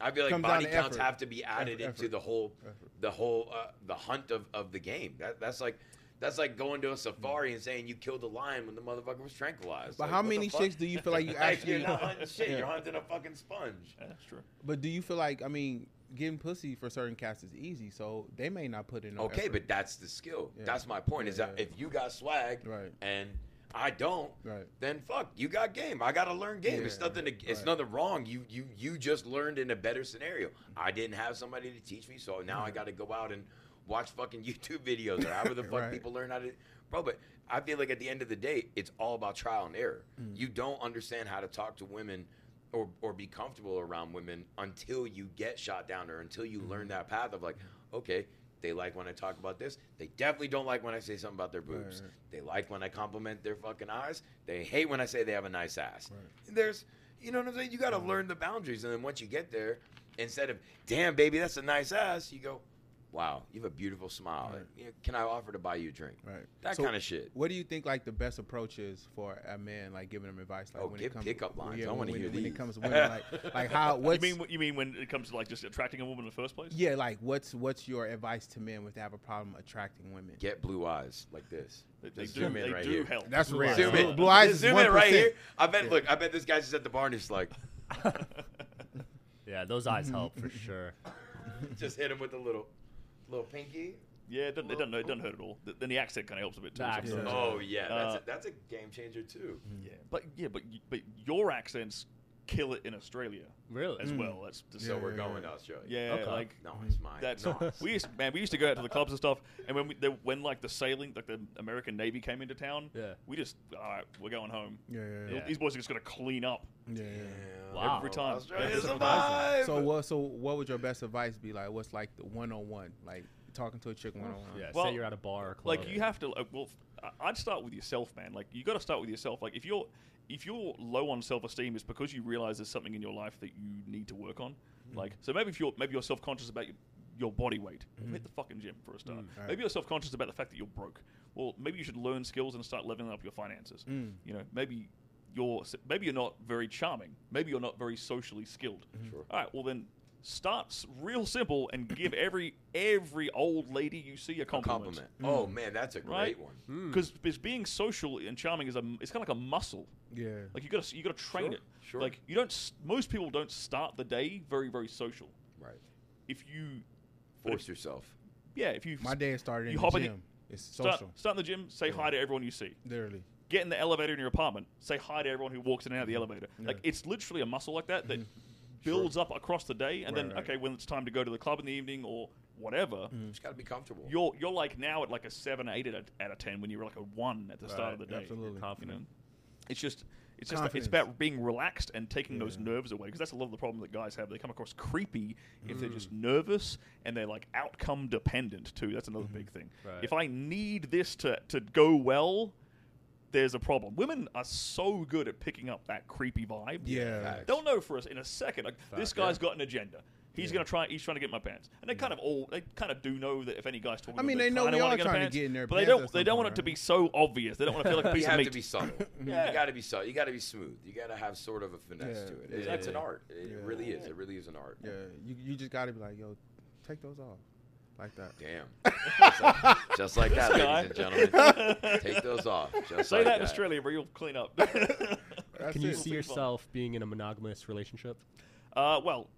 Speaker 3: I feel like
Speaker 2: comes
Speaker 3: body
Speaker 2: down to
Speaker 3: counts
Speaker 2: effort.
Speaker 3: have to be added
Speaker 2: Effort,
Speaker 3: into
Speaker 2: effort,
Speaker 3: the whole, the whole, uh, the hunt of, of the game. That that's like, that's like going to a safari and saying you killed a lion when the motherfucker was tranquilized.
Speaker 2: But
Speaker 3: Like,
Speaker 2: how
Speaker 3: what the
Speaker 2: many
Speaker 3: fuck?
Speaker 2: chicks do you feel like you
Speaker 3: *laughs* Like you're
Speaker 2: actually?
Speaker 3: not hunting shit.
Speaker 2: Yeah.
Speaker 3: You're hunting a fucking sponge.
Speaker 4: Yeah, that's true.
Speaker 2: *laughs* But do you feel like I mean, getting pussy for certain cats is easy, so they may not put in. no
Speaker 3: Okay,
Speaker 2: effort.
Speaker 3: but that's the skill.
Speaker 2: Yeah.
Speaker 3: That's my point. Is
Speaker 2: Yeah,
Speaker 3: that
Speaker 2: yeah.
Speaker 3: if you got swag
Speaker 2: Right.
Speaker 3: and I don't,
Speaker 2: Right.
Speaker 3: then fuck, you got game. I gotta learn game. it's
Speaker 2: Yeah,
Speaker 3: nothing. To, it's
Speaker 2: right.
Speaker 3: nothing wrong. You you you just learned in a better scenario. I didn't have somebody to teach me, so now I gotta go out and watch fucking *laughs* YouTube videos or
Speaker 2: *laughs*
Speaker 3: however the fuck
Speaker 2: Right.
Speaker 3: people learn how to. Bro, but I feel like at the end of the day, it's all about trial and error.
Speaker 2: Mm.
Speaker 3: You don't understand how to talk to women. Or, or be comfortable around women until you get shot down or until you
Speaker 2: Mm.
Speaker 3: learn that path of like, okay, they like when I talk about this. They definitely don't like when I say something about their boobs.
Speaker 2: Right.
Speaker 3: They like when I compliment their fucking eyes. They hate when I say they have a nice ass.
Speaker 2: Right. Mm.
Speaker 3: There's, you know what I'm saying? You got to learn the boundaries. And then once you get there, instead of, damn, baby, that's a nice ass, you go, wow, you have a beautiful smile.
Speaker 2: Right.
Speaker 3: You know, Can I offer to buy you a drink?
Speaker 2: Right.
Speaker 3: That
Speaker 2: So
Speaker 3: kind of shit.
Speaker 2: What do you think like the best approach is for a man like giving them advice like
Speaker 3: Oh, give pickup
Speaker 2: well,
Speaker 3: lines.
Speaker 2: yeah,
Speaker 3: I wanna
Speaker 2: when-
Speaker 3: hear
Speaker 2: when
Speaker 3: these.
Speaker 2: it comes to women like like
Speaker 3: *laughs*
Speaker 2: how
Speaker 4: You
Speaker 2: what's
Speaker 4: mean you mean when it comes to like just attracting a woman in the first place?
Speaker 2: yeah like what's what's your advice to men with have a problem attracting women?
Speaker 3: Get blue eyes like this.
Speaker 4: They, they
Speaker 3: Just
Speaker 4: do,
Speaker 3: zoom in
Speaker 4: they
Speaker 3: right
Speaker 4: do
Speaker 3: here.
Speaker 4: help.
Speaker 2: That's
Speaker 4: Blue
Speaker 2: rare.
Speaker 4: eyes.
Speaker 3: Zoom in.
Speaker 2: Blue eyes
Speaker 3: Just
Speaker 2: is
Speaker 3: Zoom in right
Speaker 2: 1%.
Speaker 3: here. I bet, look, I bet this guy's just at the bar and
Speaker 2: *laughs*
Speaker 3: he's like,
Speaker 1: Yeah, those eyes help for sure.
Speaker 3: just hit him with a little, little pinky.
Speaker 4: yeah, it doesn't, it, doesn't, it doesn't hurt at all. Th- Then the accent kind of helps a bit too.
Speaker 1: The
Speaker 4: sometimes.
Speaker 1: accent.
Speaker 2: Yeah.
Speaker 3: Oh yeah, that's
Speaker 4: Uh,
Speaker 3: a, that's a game changer too.
Speaker 4: Yeah, but yeah, but y- but your accents kill it in Australia
Speaker 1: Really?
Speaker 4: as well. That's just
Speaker 3: So
Speaker 2: Yeah,
Speaker 3: we're
Speaker 2: yeah,
Speaker 3: going
Speaker 2: yeah. Mm-hmm.
Speaker 3: to Australia.
Speaker 4: yeah,
Speaker 1: Hmm. Okay.
Speaker 4: like
Speaker 3: No, it's mine.
Speaker 4: that's *laughs*
Speaker 3: no, it's-
Speaker 4: we used man we used to go out to the clubs and stuff, and when we, the, when like the sailing like the American Navy came into town,
Speaker 1: Yeah.
Speaker 4: we just all right, we're going home.
Speaker 2: Yeah, yeah,
Speaker 1: Yeah.
Speaker 4: These boys are just gonna clean up.
Speaker 2: yeah. yeah,
Speaker 3: Yeah.
Speaker 2: yeah.
Speaker 1: Wow.
Speaker 4: Every time.
Speaker 3: Australia's
Speaker 4: Every
Speaker 3: a
Speaker 4: time.
Speaker 3: vibe.
Speaker 2: So what so what would your best advice be like what's like the one on one like talking to a chick one on one?
Speaker 1: Yeah,
Speaker 4: Well,
Speaker 1: say you're at a bar or club.
Speaker 4: Like you have to. Like, well, f- I- I'd start with yourself, man. Like you got to start with yourself. Like if you're if you're low on self esteem, it's because you realize there's something in your life that you need to work on. Like so, maybe if you're maybe you're self conscious about your, your body weight, hit the fucking gym for a start.
Speaker 2: Right.
Speaker 4: Maybe you're self conscious about the fact that you're broke. Well, maybe you should learn skills and start leveling up your finances.
Speaker 2: Mm.
Speaker 4: You know, maybe. You're, maybe you're not very charming. Maybe you're not very socially skilled.
Speaker 2: Mm-hmm.
Speaker 3: Sure.
Speaker 4: All right. Well, then start s- real simple and give every every old lady you see a compliment.
Speaker 3: Compliment. Oh
Speaker 2: Mm-hmm.
Speaker 3: man, that's a great
Speaker 4: Right?
Speaker 3: one.
Speaker 4: Because being social and charming is a m- it's kind of like a muscle.
Speaker 2: Yeah.
Speaker 4: Like you got to you got to train
Speaker 3: Sure,
Speaker 4: it.
Speaker 3: sure.
Speaker 4: Like you don't. s- Most people don't start the day very very social.
Speaker 3: Right.
Speaker 4: If you, but if-
Speaker 3: Force yourself.
Speaker 4: yeah, if you
Speaker 2: My day started in
Speaker 4: You
Speaker 2: the
Speaker 4: hop in the-
Speaker 2: gym. it's social.
Speaker 4: start start in the gym, say hi to everyone you see.
Speaker 2: Literally.
Speaker 4: Get in the elevator in your apartment, say hi to everyone who walks in and out of the elevator. Like
Speaker 2: Yeah.
Speaker 4: it's literally a muscle like that that builds up across the day, and
Speaker 2: Right,
Speaker 4: then
Speaker 2: right.
Speaker 4: okay, when it's time to go to the club in the evening or whatever,
Speaker 3: Just gotta be comfortable.
Speaker 4: you're you're like now at like a seven, eight out of, out of ten when you were like a one at the start
Speaker 1: Right,
Speaker 4: of the day.
Speaker 1: Mm-hmm.
Speaker 2: absolutely.
Speaker 4: You know, it's just it's just it's
Speaker 2: Confidence.
Speaker 4: about being relaxed and taking those nerves away because that's a lot of the problem that guys have. They come across creepy if they're just
Speaker 2: Mm.
Speaker 4: nervous and they're like outcome dependent too. That's another
Speaker 2: Mm-hmm.
Speaker 4: big thing.
Speaker 1: Right.
Speaker 4: If I need this to to go well. There's a problem. Women are so good at picking up that creepy vibe.
Speaker 2: Yeah.
Speaker 3: Facts.
Speaker 4: They'll know for us in a second. Like, this guy's got an agenda. He's gonna try. He's trying to get my pants, and they kind of all they kind of do know that if any guy's talking,
Speaker 2: Mm. I mean,
Speaker 4: to them,
Speaker 2: they know
Speaker 4: kinda
Speaker 2: we
Speaker 4: wanna
Speaker 2: are
Speaker 4: get their
Speaker 2: trying to
Speaker 4: pants,
Speaker 2: get in their
Speaker 4: but they
Speaker 2: pants
Speaker 4: don't.
Speaker 2: at
Speaker 4: They
Speaker 2: some
Speaker 4: don't
Speaker 2: point,
Speaker 4: want it to
Speaker 2: right?
Speaker 4: be so obvious. They don't want to feel like a piece
Speaker 3: *laughs* you
Speaker 4: of
Speaker 3: have
Speaker 4: meat.
Speaker 3: to be
Speaker 4: *laughs*
Speaker 3: subtle.
Speaker 4: Yeah.
Speaker 3: You gotta be subtle. You gotta be smooth. You gotta have sort of a finesse
Speaker 2: Yeah,
Speaker 3: to it.
Speaker 2: yeah,
Speaker 3: It- It's an
Speaker 2: yeah.
Speaker 3: art. It
Speaker 2: Yeah.
Speaker 3: really is. It really is an art.
Speaker 2: Yeah, you, you just gotta be like, yo, take those off, like that. *laughs*
Speaker 3: Damn. just, like, just like that,
Speaker 4: guy.
Speaker 3: ladies
Speaker 4: *laughs*
Speaker 3: and gentlemen. Take those off. Just
Speaker 4: Say
Speaker 3: like
Speaker 4: that in Australia, where you'll
Speaker 2: *laughs*
Speaker 4: clean up. Uh,
Speaker 2: That's
Speaker 1: Can you
Speaker 2: it.
Speaker 1: see yourself being in a monogamous relationship?
Speaker 4: uh, well,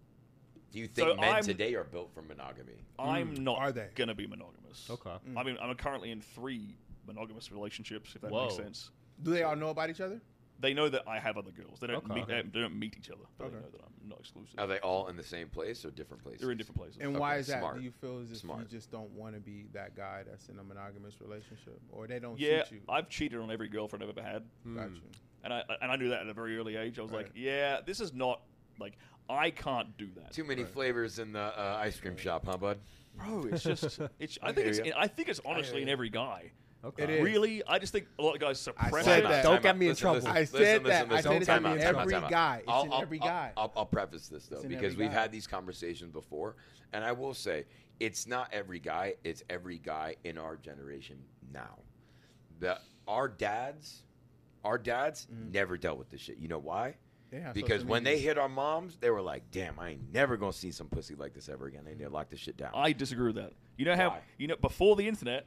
Speaker 3: Do you think
Speaker 4: So
Speaker 3: men
Speaker 4: I'm-
Speaker 3: today are built for monogamy?
Speaker 4: I'm not
Speaker 2: Mm, Are they? Mm.
Speaker 4: gonna be monogamous.
Speaker 1: Okay.
Speaker 4: I mean, I'm currently in three monogamous relationships. If that
Speaker 1: Whoa.
Speaker 4: makes sense.
Speaker 2: Do they all know about each other?
Speaker 4: They know that I have other girls. They don't
Speaker 1: Okay.
Speaker 4: meet. They, they don't meet each other. But They
Speaker 2: Okay.
Speaker 4: know that I'm not exclusive.
Speaker 3: Are they all in the same place or different places?
Speaker 4: They're in different places.
Speaker 2: And why
Speaker 3: Okay,
Speaker 2: is that?
Speaker 3: smart.
Speaker 2: Do you feel as if you
Speaker 3: Smart.
Speaker 2: just don't want to be that guy that's in a monogamous relationship, or they don't
Speaker 4: yeah, um,
Speaker 2: suit you?
Speaker 4: I've cheated on every girlfriend I've ever had.
Speaker 2: Got
Speaker 1: Mm.
Speaker 2: you.
Speaker 4: and I and I knew that at a very early age. I was like,
Speaker 2: Right.
Speaker 4: yeah, this is not like I can't do that,
Speaker 3: Too many flavors in the uh, ice cream shop, huh, bud?
Speaker 4: bro. It's just it's. I
Speaker 3: I
Speaker 4: think
Speaker 3: hear
Speaker 4: it's
Speaker 3: ya.
Speaker 4: I think it's honestly in
Speaker 3: ya.
Speaker 4: every guy. Uh,
Speaker 1: Okay.
Speaker 2: It is.
Speaker 4: Really, I just think a lot of guys suppress
Speaker 2: said
Speaker 4: that.
Speaker 2: that.
Speaker 1: Don't get me in trouble.
Speaker 2: I said that. I said it's
Speaker 1: Time
Speaker 2: in
Speaker 1: out, time out,
Speaker 2: every guy. It's in every guy.
Speaker 3: I'll, I'll preface this though
Speaker 2: It's in
Speaker 3: because
Speaker 2: every
Speaker 3: we've
Speaker 2: guy.
Speaker 3: had these conversations before, and I will say it's not every guy. It's every guy in our generation now. The our dads, our dads never dealt with this shit. You know why?
Speaker 2: They have
Speaker 3: Because
Speaker 2: Mm. social
Speaker 3: when they
Speaker 2: media.
Speaker 3: hit our moms, they were like, "Damn, I ain't never gonna see some pussy like this ever again." They need to lock this shit down.
Speaker 4: I disagree with that. You know how
Speaker 3: Why?
Speaker 4: you know before the internet,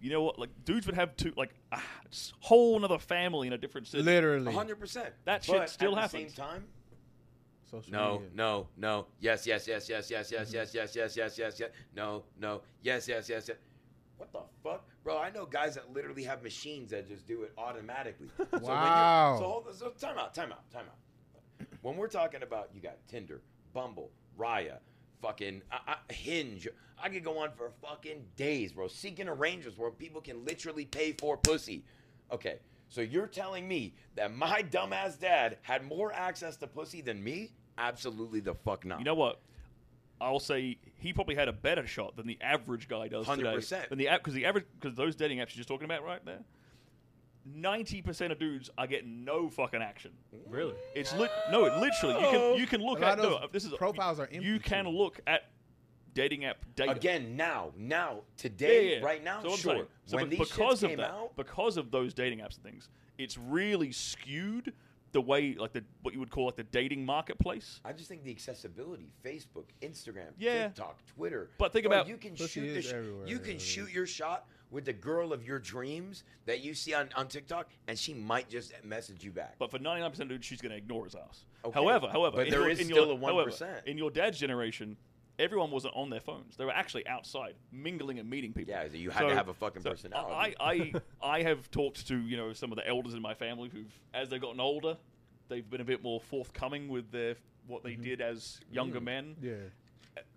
Speaker 4: you know what? Like dudes would have two like a h- whole another family in a different city.
Speaker 2: literally
Speaker 3: hundred percent.
Speaker 4: That shit still
Speaker 3: at
Speaker 4: happens.
Speaker 3: The same time,
Speaker 2: social
Speaker 3: No,
Speaker 2: media.
Speaker 3: no, no. Yes, yes, yes, yes, yes, yes, yes, yes, yes, yes, yes, yes. No, no. Yes, yes, yes, yes. What the fuck, bro? I know guys that literally have machines that just do it automatically. So when you're-
Speaker 2: Wow.
Speaker 3: So, hold, Oh, so time out, time out, time out. When we're talking about, you got Tinder, Bumble, Raya, fucking I, I, Hinge. I could go on for fucking days, bro. Seeking arrangements where people can literally pay for pussy. Okay, so you're telling me that my *laughs* dumbass dad had more access to pussy than me? Absolutely the fuck not.
Speaker 4: You know what? I'll say he probably had a better shot than the average guy does today.
Speaker 3: 100%.
Speaker 4: Than the because the average because those dating apps you're just talking about right there. Ninety percent of dudes are getting no fucking action.
Speaker 1: Really?
Speaker 4: It's lit. No, it literally you can you can look
Speaker 2: A lot
Speaker 4: at
Speaker 2: of
Speaker 4: no,
Speaker 2: those
Speaker 4: this is
Speaker 2: profiles are empty
Speaker 4: You can
Speaker 2: too.
Speaker 4: look at dating app data
Speaker 3: Again, now, now,
Speaker 4: Yeah,
Speaker 3: today,
Speaker 4: yeah, yeah.
Speaker 3: right now,
Speaker 4: So I'm
Speaker 3: sure.
Speaker 4: saying, so
Speaker 3: when
Speaker 4: be-
Speaker 3: these
Speaker 4: because
Speaker 3: shits
Speaker 4: of
Speaker 3: came
Speaker 4: that,
Speaker 3: out,
Speaker 4: because of those dating apps and things, it's really skewed the way like the what you would call like the dating marketplace.
Speaker 3: I just think the accessibility, Facebook, Instagram,
Speaker 4: Yeah.
Speaker 3: TikTok, Twitter.
Speaker 4: But think
Speaker 3: Bro,
Speaker 4: about-
Speaker 3: you can
Speaker 2: Pussy
Speaker 3: shoot the
Speaker 2: is
Speaker 3: sh-
Speaker 2: everywhere,
Speaker 3: you can
Speaker 2: yeah.
Speaker 3: shoot your shot with the girl of your dreams that you see on, on TikTok and she might just message you back.
Speaker 4: But for 99% of dudes, she's going to ignore his ass.
Speaker 3: Okay.
Speaker 4: However, however,
Speaker 3: But
Speaker 4: in
Speaker 3: there
Speaker 4: your,
Speaker 3: is
Speaker 4: in
Speaker 3: still
Speaker 4: your,
Speaker 3: a
Speaker 4: however,
Speaker 3: 1%.
Speaker 4: in your dad's generation, everyone wasn't on their phones. They were actually outside mingling and meeting people.
Speaker 3: Yeah, you had to have a fucking personality.
Speaker 4: I,
Speaker 3: *laughs*
Speaker 4: I, I have talked to you know some of the elders in my family who've, as they've gotten older, they've been a bit more forthcoming with their what they
Speaker 3: Mm-hmm.
Speaker 4: did as younger
Speaker 3: Mm.
Speaker 4: men.
Speaker 2: Yeah.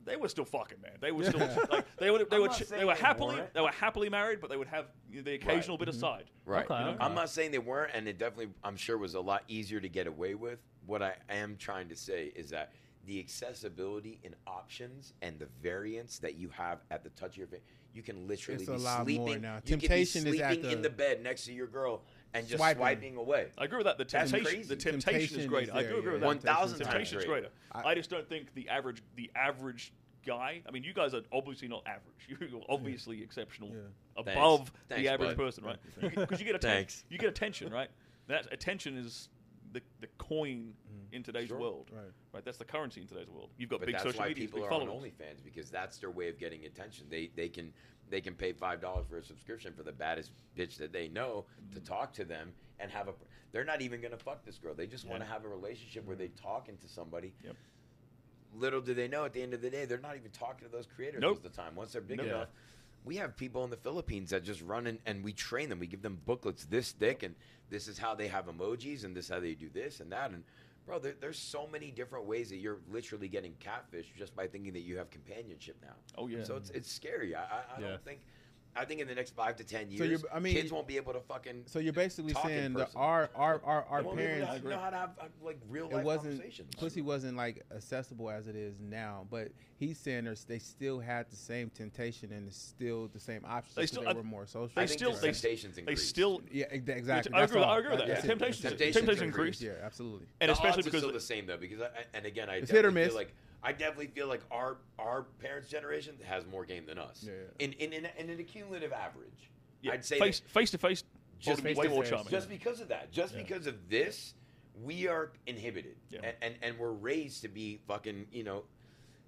Speaker 4: they were still fucking, man. They were still like they
Speaker 3: *laughs*
Speaker 4: would they
Speaker 3: I'm
Speaker 4: were
Speaker 3: not
Speaker 4: ch- they
Speaker 3: saying
Speaker 4: were
Speaker 3: they
Speaker 4: happily
Speaker 3: weren't. Mm-hmm.
Speaker 4: they were happily married, but they would have you know, the occasional bit aside.
Speaker 3: right.
Speaker 1: Okay, okay.
Speaker 3: I'm not saying they weren't, and it definitely, I'm sure, was a lot easier to get away with. What I am trying to say is that the accessibility and options and the variance that you have at the touch of your face, you can literally
Speaker 2: It's a
Speaker 3: be
Speaker 2: lot more
Speaker 3: sleeping.
Speaker 2: now.
Speaker 3: You can be
Speaker 2: Temptation is at
Speaker 3: sleeping in
Speaker 2: the-
Speaker 3: the bed next to your girl and just
Speaker 2: Swiping.
Speaker 3: swiping away.
Speaker 4: I agree with that. The
Speaker 3: That's
Speaker 4: temptation,
Speaker 3: crazy.
Speaker 4: the temptation,
Speaker 2: Temptation
Speaker 4: is
Speaker 2: is
Speaker 4: greater. I
Speaker 2: there,
Speaker 4: do agree
Speaker 2: yeah.
Speaker 4: with that.
Speaker 3: One thousand
Speaker 2: Temptation
Speaker 3: times
Speaker 4: Temptation is
Speaker 3: greater.
Speaker 4: greater. I, just don't think the average the average guy. I mean, you guys are obviously not average. *laughs* You're obviously exceptional,
Speaker 2: Yeah.
Speaker 4: above
Speaker 3: Thanks.
Speaker 4: the
Speaker 3: Thanks,
Speaker 4: average
Speaker 3: bud.
Speaker 4: person, right? Because you
Speaker 3: *laughs*
Speaker 4: get attention.
Speaker 3: Thanks.
Speaker 4: You get attention, right? That attention is the, the coin in today's
Speaker 3: Sure.
Speaker 4: world,
Speaker 2: Right.
Speaker 4: Right. That's the currency in today's world. You've got
Speaker 3: But
Speaker 4: big
Speaker 3: that's
Speaker 4: social
Speaker 3: why
Speaker 4: media,
Speaker 3: people
Speaker 4: big
Speaker 3: are
Speaker 4: followers.
Speaker 3: on OnlyFans because that's their way of getting attention. They they can they can pay five dollars for a subscription for the baddest bitch that they know
Speaker 4: Mm-hmm.
Speaker 3: to talk to them and have a. They're not even gonna fuck this girl. They just want to
Speaker 4: Yeah.
Speaker 3: have a relationship where they talking to somebody.
Speaker 4: Yep.
Speaker 3: Little do they know, at the end of the day, they're not even talking to those creators
Speaker 4: Nope.
Speaker 3: most of the time. Once they're big
Speaker 4: Nope. Yeah.
Speaker 3: enough, we have people in the Philippines that just run and, and we train them. We give them booklets this thick, and this is how they have emojis, and this is how they do this and that. And bro, there, there's so many different ways that you're literally getting catfish just by thinking that you have companionship now.
Speaker 4: Oh, yeah.
Speaker 3: So it's it's scary. I I, I
Speaker 1: Yeah.
Speaker 3: don't think. I think in the next five to ten
Speaker 2: So
Speaker 3: years,
Speaker 2: you're- I mean,
Speaker 3: kids won't be able to fucking.
Speaker 2: So you're basically
Speaker 3: talk in
Speaker 2: saying that
Speaker 3: person.
Speaker 2: our our our,
Speaker 3: They
Speaker 2: our
Speaker 3: won't be able
Speaker 2: parents
Speaker 3: to know how to have uh, like real life
Speaker 2: it wasn't
Speaker 3: conversations.
Speaker 2: pussy wasn't like accessible as it is now, but he's saying there's, they still had the same temptation and it's still the same options.
Speaker 4: They
Speaker 2: just
Speaker 4: still-
Speaker 2: they
Speaker 4: I-
Speaker 2: were more social.
Speaker 4: They
Speaker 3: I think
Speaker 4: still
Speaker 3: just
Speaker 4: they,
Speaker 3: temptations
Speaker 4: they
Speaker 3: increase.
Speaker 4: still
Speaker 2: yeah, ex- exactly.
Speaker 4: I
Speaker 2: That's
Speaker 4: agree with- I
Speaker 2: all.
Speaker 4: agree with that.
Speaker 2: That's
Speaker 4: Yeah,
Speaker 2: it.
Speaker 4: temptations-
Speaker 2: That's it.
Speaker 3: temptations
Speaker 4: temptations
Speaker 3: increase.
Speaker 4: increase.
Speaker 2: Yeah, absolutely.
Speaker 4: and
Speaker 3: The
Speaker 4: especially
Speaker 3: odds are
Speaker 4: because
Speaker 3: still the same though because I, I- and again I
Speaker 2: It's hit or
Speaker 3: definitely
Speaker 2: miss.
Speaker 3: feel like I definitely feel like our our parents generation has more game than us
Speaker 2: Yeah.
Speaker 3: in in in, in an accumulative average
Speaker 4: yeah,
Speaker 3: I'd say
Speaker 4: face
Speaker 3: that
Speaker 4: face to face just
Speaker 3: Just
Speaker 4: way
Speaker 2: face to
Speaker 4: more
Speaker 2: face.
Speaker 4: charming.
Speaker 3: just because of that just because of this we are inhibited
Speaker 4: Yeah.
Speaker 3: and, and and we're raised to be fucking you know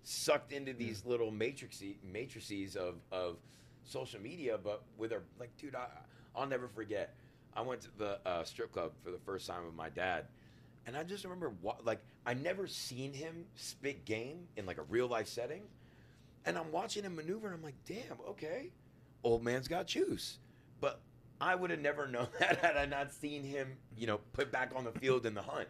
Speaker 3: sucked into these little matrixy matrices of of social media but with our like dude I, I'll never forget I went to the uh, strip club for the first time with my dad and I just remember wa- like I never seen him spit game in like a real life setting and I'm watching him maneuver, and I'm like, damn, okay, old man's got juice. But I would have never *laughs* known that had I not seen him, you know, put back on the field in the hunt.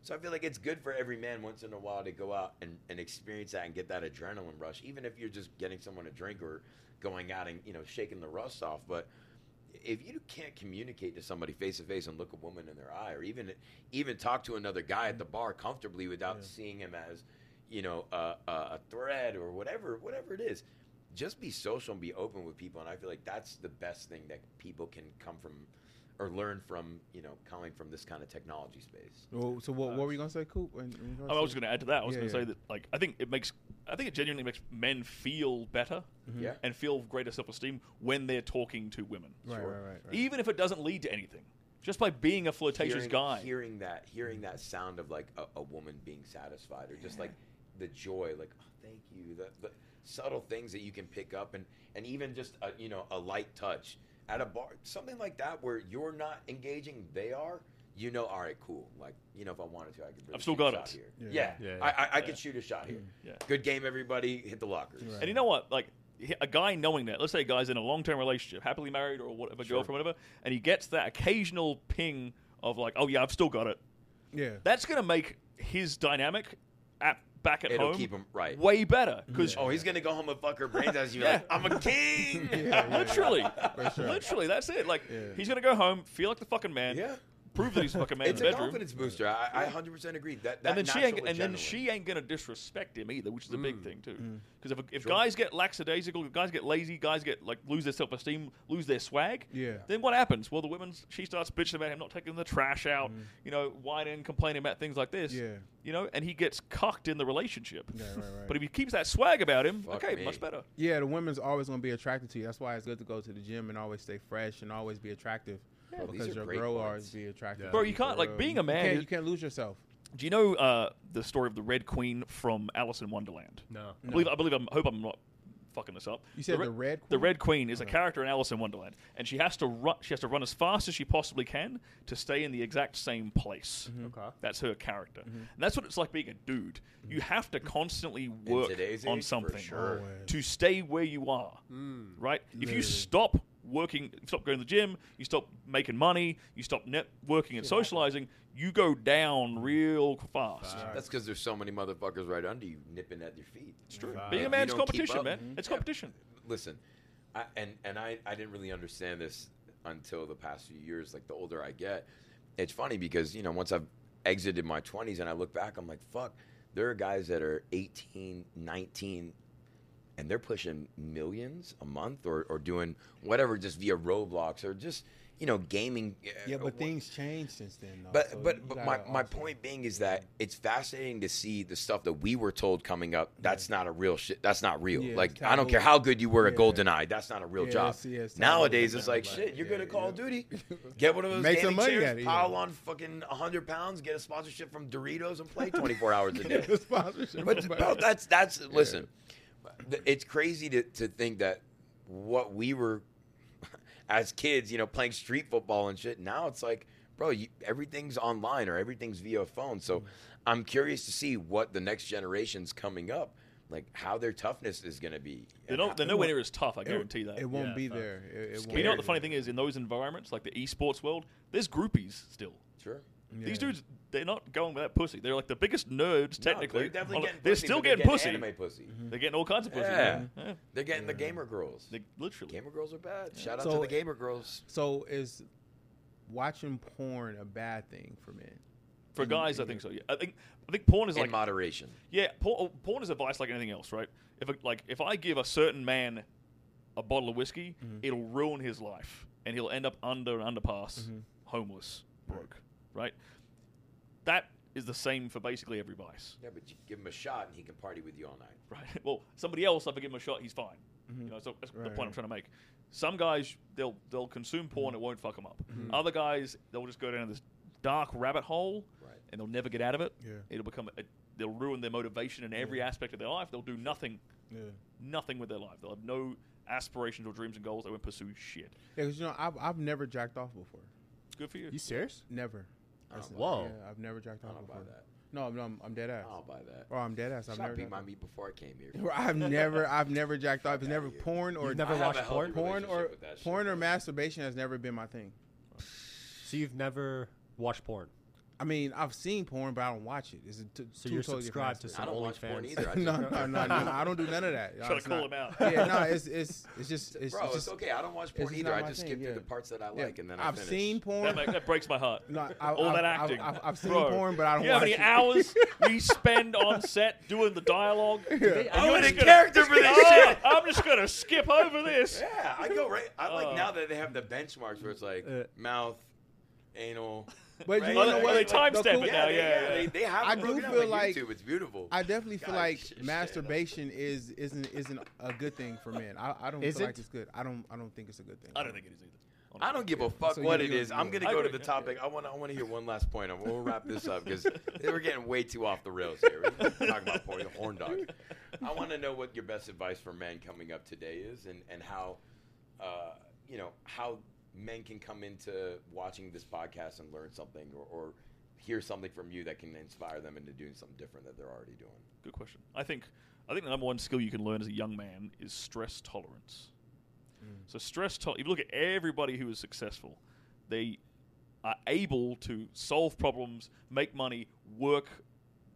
Speaker 3: So I feel like it's good for every man once in a while to go out and, and experience that and get that adrenaline rush, even if you're just getting someone a drink or going out and, you know, shaking the rust off. But if you can't communicate to somebody face to face and look a woman in their eye, or even even talk to another guy at the bar comfortably without seeing him as, you know, a, a, a threat or whatever whatever it is, just be social and be open with people. And I feel like that's the best thing that people can come from or learn from, you know, coming from this kind of technology space.
Speaker 2: Well, so what, what were you gonna say, Coop? In- in regards
Speaker 4: Oh, I was
Speaker 2: to-
Speaker 4: going to add to that. I was
Speaker 2: Yeah,
Speaker 4: going to
Speaker 2: yeah.
Speaker 4: say that, like, I think it makes, I think it genuinely makes men feel better
Speaker 2: Mm-hmm.
Speaker 3: Yeah.
Speaker 4: and feel greater self esteem when they're talking to women.
Speaker 2: Right,
Speaker 3: Sure.
Speaker 2: right, right, right.
Speaker 4: Even if it doesn't lead to anything, just by being a flirtatious
Speaker 3: hearing,
Speaker 4: guy.
Speaker 3: hearing that, hearing
Speaker 4: Mm.
Speaker 3: that sound of like a, a woman being satisfied, or just like the joy, like oh, thank you, the, the subtle things that you can pick up, and and even just a, you know a light touch at a bar, something like that, where you're not engaging, they are. You know, all right, cool. Like you know, if I wanted to, I could. Really
Speaker 4: I've still
Speaker 3: shoot a
Speaker 4: got
Speaker 3: shot
Speaker 4: it.
Speaker 3: Here.
Speaker 2: Yeah.
Speaker 3: Yeah,
Speaker 1: Yeah,
Speaker 3: I, I, I
Speaker 4: yeah.
Speaker 3: could shoot a shot here.
Speaker 4: Yeah.
Speaker 3: Good game, everybody. Hit the lockers.
Speaker 2: Right.
Speaker 4: And you know what? Like he- a guy knowing that, let's say a guy's in a long-term relationship, happily married or whatever,
Speaker 3: Sure.
Speaker 4: girlfriend, whatever, and he gets that occasional ping of like, "Oh yeah, I've still got it."
Speaker 2: yeah.
Speaker 4: That's gonna make his dynamic at back at
Speaker 3: It'll
Speaker 4: home
Speaker 3: keep him- right.
Speaker 4: way better because
Speaker 3: Oh, he's gonna go home and fuck her *laughs* brains out. and
Speaker 4: *laughs*
Speaker 3: be
Speaker 4: Yeah.
Speaker 3: like, I'm a king.
Speaker 2: *laughs* Yeah, yeah, yeah.
Speaker 4: literally,
Speaker 2: For sure.
Speaker 4: literally, that's it. Like
Speaker 2: Yeah.
Speaker 4: he's gonna go home, feel like the fucking man,
Speaker 3: Yeah.
Speaker 4: prove that he's a fucking man
Speaker 3: *laughs* It's
Speaker 4: in the
Speaker 3: a
Speaker 4: bedroom,
Speaker 3: confidence booster. I, I 100% agree. That, that
Speaker 4: and then she
Speaker 3: natural
Speaker 4: ain't, and then
Speaker 3: adrenaline. Mm.
Speaker 4: she ain't gonna disrespect him either, which is a big thing too. Because if, if
Speaker 3: Sure.
Speaker 4: guys get lackadaisical, if guys get lazy, guys get like lose their self esteem, lose their swag.
Speaker 2: Yeah.
Speaker 4: Then what happens? Well, the women's she starts bitching about him not taking the trash out,
Speaker 3: Mm.
Speaker 4: you know, whining, complaining about things like this.
Speaker 2: Yeah.
Speaker 4: You know, and he gets cocked in the relationship.
Speaker 2: Yeah, right, right.
Speaker 4: But if he keeps that swag about him,
Speaker 3: Fuck
Speaker 4: okay,
Speaker 3: me.
Speaker 4: much better.
Speaker 2: Yeah, the women's always gonna be attracted to you. That's why it's good to go to the gym and always stay fresh and always be attractive
Speaker 3: Well, these
Speaker 2: because
Speaker 3: are
Speaker 2: your
Speaker 3: great
Speaker 2: girl
Speaker 3: points.
Speaker 2: always be attractive.
Speaker 1: Yeah.
Speaker 2: to
Speaker 4: Bro, you
Speaker 2: for
Speaker 4: can't- like,
Speaker 2: real.
Speaker 4: being a
Speaker 2: You
Speaker 4: man
Speaker 2: can't-
Speaker 4: is-
Speaker 2: you can't lose yourself.
Speaker 4: Do you know uh, the story of the Red Queen from Alice in Wonderland?
Speaker 1: No.
Speaker 4: I believe I believe I'm, I hope I'm not fucking this up.
Speaker 2: You said
Speaker 4: Re-
Speaker 2: the Red
Speaker 4: The
Speaker 2: Queen?
Speaker 4: Red Queen is a character in Alice in Wonderland, and she has to run. She has to run as fast as she possibly can to stay in the exact same place.
Speaker 2: Mm-hmm.
Speaker 1: Okay.
Speaker 4: That's her character, and that's what it's like being a dude.
Speaker 2: Mm-hmm.
Speaker 4: You have to constantly work
Speaker 3: today's
Speaker 4: on
Speaker 3: age, for
Speaker 4: something
Speaker 3: sure. Mm.
Speaker 2: Always.
Speaker 4: to stay where you are. Right? If
Speaker 2: Literally.
Speaker 4: you stop working, stop going to the gym, you stop making money, you stop networking and socializing, you go down real fast.
Speaker 3: That's because there's so many motherfuckers right under you nipping at your feet.
Speaker 4: It's true.
Speaker 1: Right.
Speaker 4: Being
Speaker 1: If
Speaker 4: a
Speaker 1: you
Speaker 4: man's
Speaker 3: don't keep
Speaker 4: competition,
Speaker 3: up-
Speaker 4: man.
Speaker 2: Mm-hmm.
Speaker 4: It's competition.
Speaker 3: Listen, I, and and I, I didn't really understand this until the past few years. Like the older I get, it's funny because you know once I've exited my 20s and I look back, I'm like, fuck. There are guys that are 18, 19, and they're pushing millions a month or, or doing whatever just via Roblox or just you know gaming. uh,
Speaker 2: Yeah, but
Speaker 3: wh-
Speaker 2: things changed since then. Though,
Speaker 3: But
Speaker 2: so you
Speaker 3: but, but my,
Speaker 2: gotta
Speaker 3: my
Speaker 2: also- *laughs*
Speaker 3: point being is that it's fascinating to see the stuff that we were told coming up. That's not a real shit. That's not real.
Speaker 2: Yeah,
Speaker 3: like
Speaker 2: it's
Speaker 3: I don't care
Speaker 2: taboo.
Speaker 3: how good you were at
Speaker 2: Yeah.
Speaker 3: Golden Eye. That's not a real
Speaker 2: Yeah,
Speaker 3: job.
Speaker 2: it's- yeah, it's taboo
Speaker 3: Nowadays
Speaker 2: to
Speaker 3: it's
Speaker 2: them,
Speaker 3: like
Speaker 2: like,
Speaker 3: shit. You're
Speaker 2: yeah,
Speaker 3: good at Call of
Speaker 2: yeah. *laughs*
Speaker 3: Duty. Get one of those
Speaker 2: Make some
Speaker 3: gaming
Speaker 2: money
Speaker 3: chairs,
Speaker 2: at it, yeah.
Speaker 3: pile on fucking hundred pounds, get a sponsorship from Doritos, and play twenty four hours
Speaker 2: *laughs*
Speaker 3: a day.
Speaker 2: The sponsorship
Speaker 3: But
Speaker 2: from-
Speaker 3: *laughs* bro, that's that's listen. th- It's crazy to, to think that what we were *laughs* as kids, you know, playing street football and shit. Now it's like, bro, you, everything's online or everything's via phone. So I'm curious to see what the next generation's coming up, like how their toughness is going to be.
Speaker 4: They're,
Speaker 3: and
Speaker 4: no,
Speaker 3: how-
Speaker 4: they're nowhere near as tough, I
Speaker 2: it,
Speaker 4: guarantee that.
Speaker 2: it won't
Speaker 1: Yeah,
Speaker 2: be
Speaker 1: fuck.
Speaker 2: there. It, it
Speaker 4: But you know what
Speaker 2: won't
Speaker 4: the
Speaker 2: be
Speaker 4: funny
Speaker 2: there.
Speaker 4: thing is? In those environments, like the esports world, there's groupies still.
Speaker 3: sure.
Speaker 4: These
Speaker 2: Yeah.
Speaker 4: dudes, they're not going with that pussy. They're like the biggest nerds,
Speaker 3: No,
Speaker 4: technically.
Speaker 3: they're definitely
Speaker 4: on-
Speaker 3: getting
Speaker 4: they're
Speaker 3: pussy,
Speaker 4: still
Speaker 3: but they're
Speaker 4: getting pussy.
Speaker 3: anime pussy.
Speaker 4: They're getting all kinds of pussy.
Speaker 3: Yeah.
Speaker 4: man. Yeah.
Speaker 3: They're getting the gamer girls.
Speaker 4: They, literally.
Speaker 3: gamer girls are bad. Shout out
Speaker 2: So-
Speaker 3: to the gamer girls.
Speaker 2: So is watching porn a bad thing for men?
Speaker 4: For guys, I think so. Yeah. I think I think porn is
Speaker 3: In
Speaker 4: like
Speaker 3: moderation.
Speaker 4: yeah, porn, porn is a vice like anything else, right? If a, like if I give a certain man a bottle of whiskey,
Speaker 2: Mm-hmm.
Speaker 4: it'll ruin his life, and he'll end up under an underpass,
Speaker 2: Mm-hmm.
Speaker 4: homeless, Mm-hmm. broke, right? That is the same for basically every vice,
Speaker 3: Yeah, but you give him a shot and he can party with you all night.
Speaker 4: right? *laughs* Well, somebody else, if I give him a shot, he's fine.
Speaker 2: Mm-hmm.
Speaker 4: You know, so that's the
Speaker 2: Right,
Speaker 4: point I'm
Speaker 2: right.
Speaker 4: trying to make. Some guys they'll they'll consume porn, it won't fuck them up. Other guys they'll just go down this dark rabbit hole,
Speaker 3: Right.
Speaker 4: and they'll never get out of it.
Speaker 2: Yeah.
Speaker 4: It'll become a, they'll ruin their motivation in every aspect of their life. They'll do nothing
Speaker 2: Yeah.
Speaker 4: nothing with their life. They'll have no aspirations or dreams and goals. They won't pursue shit.
Speaker 2: Yeah, because you know I've I've never jacked off before.
Speaker 4: Good for you.
Speaker 1: You serious?
Speaker 2: Never.
Speaker 3: I don't
Speaker 2: That's-
Speaker 1: buy that.
Speaker 2: Yeah, I've never jacked
Speaker 3: Oh, I
Speaker 2: off
Speaker 3: don't buy
Speaker 2: before.
Speaker 3: that.
Speaker 2: No, I'm, I'm, I'm dead ass.
Speaker 3: I don't buy that.
Speaker 2: Oh, I'm dead ass. I've
Speaker 3: Shot
Speaker 2: never.
Speaker 3: beat my
Speaker 2: jacked *laughs*
Speaker 3: meat before I came here.
Speaker 2: off. I've never, I've never jacked off. It's never
Speaker 3: Outta here.
Speaker 2: porn or
Speaker 1: You've never
Speaker 3: I have
Speaker 1: watched
Speaker 3: a healthy
Speaker 1: porn?
Speaker 2: porn or
Speaker 3: relationship with that shit,
Speaker 2: porn or
Speaker 3: bro.
Speaker 2: masturbation has never been my thing.
Speaker 1: So you've never watched porn?
Speaker 2: I mean, I've seen porn, but I don't watch it. It's a t-
Speaker 1: So
Speaker 2: two
Speaker 1: you're
Speaker 2: totally different
Speaker 1: subscribed to
Speaker 2: aspects.
Speaker 1: some
Speaker 3: I don't watch porn
Speaker 1: OnlyFans.
Speaker 2: *laughs*
Speaker 3: either. I just,
Speaker 2: no, no,
Speaker 1: *laughs*
Speaker 2: no, no, I don't do none of
Speaker 3: *laughs*
Speaker 2: that.
Speaker 4: Trying
Speaker 2: It's
Speaker 4: to call
Speaker 2: not-
Speaker 4: him out.
Speaker 2: Yeah, no, it's it's it's just it's,
Speaker 3: bro, it's,
Speaker 2: just,
Speaker 3: okay. I don't watch
Speaker 2: just
Speaker 3: porn either.
Speaker 2: not
Speaker 3: I
Speaker 2: my
Speaker 3: just
Speaker 2: thing,
Speaker 3: skip through
Speaker 2: yeah.
Speaker 3: the parts that I
Speaker 2: yeah.
Speaker 3: like, and then I
Speaker 2: I've
Speaker 3: finish.
Speaker 2: seen porn.
Speaker 4: That, make, that breaks my heart.
Speaker 2: *laughs*
Speaker 3: *laughs*
Speaker 2: No, I,
Speaker 4: All
Speaker 2: I've,
Speaker 4: that
Speaker 2: I've-
Speaker 4: acting.
Speaker 2: I've, I've seen
Speaker 4: Bro,
Speaker 2: porn, but I don't
Speaker 4: You know how
Speaker 2: watch
Speaker 4: many
Speaker 2: it. *laughs*
Speaker 4: hours we spend on set doing the dialogue?
Speaker 3: I'm
Speaker 4: You're
Speaker 3: in
Speaker 4: just
Speaker 3: a
Speaker 4: gonna-
Speaker 3: character for this
Speaker 4: *laughs* Oh,
Speaker 3: shit.
Speaker 4: I'm just gonna skip over this.
Speaker 3: *laughs* Yeah, I go right. I like
Speaker 4: Uh.
Speaker 3: now that they have the benchmarks where it's like
Speaker 2: Uh.
Speaker 3: mouth,
Speaker 2: *laughs*
Speaker 3: anal.
Speaker 2: But
Speaker 3: Right?
Speaker 2: you wanna
Speaker 4: Oh,
Speaker 2: know
Speaker 4: they-
Speaker 2: what?
Speaker 4: they
Speaker 2: The cool-
Speaker 4: timestamp it now,
Speaker 3: they,
Speaker 4: yeah, yeah.
Speaker 3: They, they have.
Speaker 2: I
Speaker 3: it
Speaker 2: do
Speaker 3: broken out
Speaker 2: feel
Speaker 3: on
Speaker 2: like-
Speaker 3: YouTube. It's beautiful.
Speaker 2: I definitely feel
Speaker 3: God,
Speaker 2: like
Speaker 3: shit, shit.
Speaker 2: masturbation is isn't isn't a good thing for men. I, I don't
Speaker 1: Is
Speaker 2: feel
Speaker 1: it?
Speaker 2: like it's good. I don't I don't think it's a good thing.
Speaker 4: I don't think it is either. honestly.
Speaker 3: I don't give a fuck
Speaker 2: So you-
Speaker 3: what it
Speaker 2: you-
Speaker 3: is. I'm gonna
Speaker 4: I
Speaker 3: go to
Speaker 4: agree,
Speaker 3: the
Speaker 4: yeah.
Speaker 3: topic. I want. to I want to hear one last point, and we'll wrap this
Speaker 2: *laughs*
Speaker 3: up because we're getting way too off the rails here. We're talking about porn, horn dogs. I want to know what your best advice for men coming up today is, and and how, uh, you know, how men can come into watching this podcast and learn something, or, or hear something from you that can inspire them into doing something different that they're already doing.
Speaker 4: Good question. I think I think the number one skill you can learn as a young man is stress tolerance.
Speaker 3: Mm.
Speaker 4: So stress tolerance. If you look at everybody who is successful, they are able to solve problems, make money, work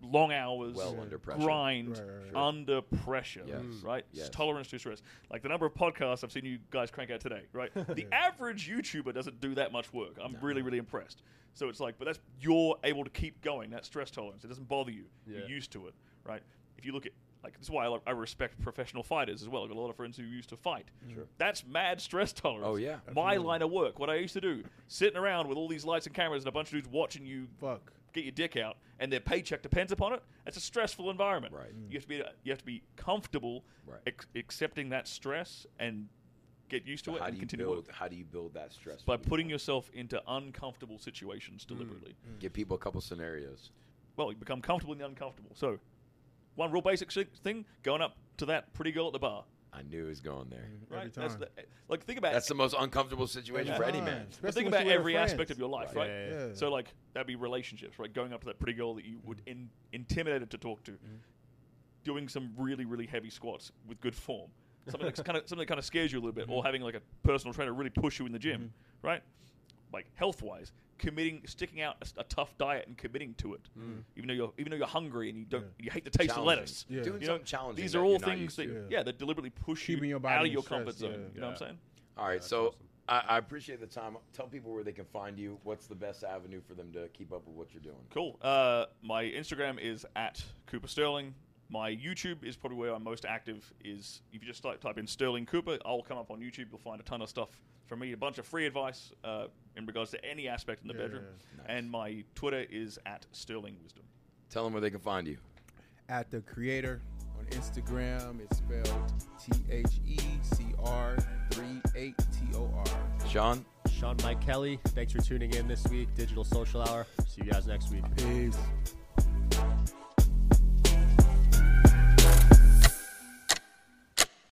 Speaker 4: long hours,
Speaker 3: Well under pressure.
Speaker 4: grind
Speaker 2: Right, right, right.
Speaker 3: Sure.
Speaker 4: under pressure,
Speaker 3: Yes.
Speaker 4: right?
Speaker 3: Yes.
Speaker 4: Tolerance to stress. Like the number of podcasts I've seen you guys crank out today,
Speaker 3: *laughs*
Speaker 4: right? the average YouTuber doesn't do that much work. I'm really, really impressed. So it's like, but that's you're able to keep going. That stress tolerance, it doesn't bother you. You're
Speaker 1: Yeah.
Speaker 4: used to it, right? If you look at like this is why I, lo- I respect professional fighters as well. I've got a lot of friends who used to fight. Sure. That's mad stress tolerance.
Speaker 3: Oh, yeah.
Speaker 4: My line of work, what I used to do, sitting around with all these lights and cameras and a bunch of dudes watching you
Speaker 2: Fuck.
Speaker 4: get your dick out and their paycheck depends upon it it's a stressful environment
Speaker 3: Right.
Speaker 4: you have to be you have to be comfortable
Speaker 3: Right.
Speaker 4: ex- accepting that stress and get used to
Speaker 3: So
Speaker 4: it
Speaker 3: how
Speaker 4: and
Speaker 3: do you
Speaker 4: continue
Speaker 3: build?
Speaker 4: work
Speaker 3: How do you build that stress? Hmm.
Speaker 4: by
Speaker 3: relief?
Speaker 4: putting yourself into uncomfortable situations deliberately
Speaker 2: Mm-hmm.
Speaker 3: give people a couple scenarios.
Speaker 4: well you become comfortable in the uncomfortable so one real basic si- thing going up to that pretty girl at the bar
Speaker 3: I knew it was going there.
Speaker 4: right
Speaker 2: Every
Speaker 4: that's
Speaker 2: time.
Speaker 4: the, like think about
Speaker 3: That's the most uncomfortable situation
Speaker 2: Every
Speaker 3: for any
Speaker 2: time.
Speaker 3: man.
Speaker 4: but
Speaker 2: Especially when
Speaker 4: think about
Speaker 2: you were
Speaker 4: every
Speaker 2: friends.
Speaker 4: aspect of your life
Speaker 3: Right.
Speaker 4: right,
Speaker 1: Yeah,
Speaker 2: yeah, Mm-hmm. yeah.
Speaker 4: so like that'd be relationships right going up to that pretty girl that you would in, intimidated to talk to
Speaker 2: Mm-hmm.
Speaker 4: doing some really really heavy squats with
Speaker 2: *laughs*
Speaker 4: good form something that's kind of something that kind of scares you a little bit
Speaker 2: Mm-hmm.
Speaker 4: or having like a personal trainer really push you in the gym right like health wise committing sticking out a s- a, tough diet and committing to it
Speaker 2: Mm-hmm.
Speaker 4: even though you're even though you're hungry and you don't you hate the taste of
Speaker 3: Challenging.
Speaker 4: lettuce
Speaker 2: Yeah.
Speaker 3: Doing
Speaker 4: you know,
Speaker 3: something challenging.
Speaker 4: these
Speaker 3: that
Speaker 4: are all
Speaker 3: you're not
Speaker 4: things
Speaker 3: used
Speaker 4: that
Speaker 3: to.
Speaker 4: yeah.
Speaker 2: to.
Speaker 4: that deliberately push
Speaker 2: Keeping
Speaker 4: you
Speaker 2: your body
Speaker 4: out of
Speaker 2: in
Speaker 4: your
Speaker 2: stress,
Speaker 4: comfort zone
Speaker 2: yeah.
Speaker 4: you know what i'm
Speaker 1: Yeah.
Speaker 4: saying
Speaker 3: All right,
Speaker 1: That's
Speaker 3: so
Speaker 1: awesome.
Speaker 3: I, I appreciate the time. Tell people where they can find you. What's the best avenue for them to keep up with what you're doing?
Speaker 4: Cool. Uh, my Instagram is at Cooper Sterling. My YouTube is probably where I'm most active. Is if you just type, type in Sterling Cooper, I'll come up on YouTube. You'll find a ton of stuff from me, a bunch of free advice uh, in regards to any aspect in the
Speaker 2: Yeah,
Speaker 4: bedroom.
Speaker 2: yeah,
Speaker 3: Nice.
Speaker 4: And my Twitter is at Sterling Wisdom.
Speaker 3: Tell them where they can find you.
Speaker 2: At the creator on Instagram, it's spelled T H E C R three eight T O R.
Speaker 3: Sean,
Speaker 1: Sean Mike Kelly, thanks for tuning in this week. Digital Social Hour. See you guys next week.
Speaker 2: Peace.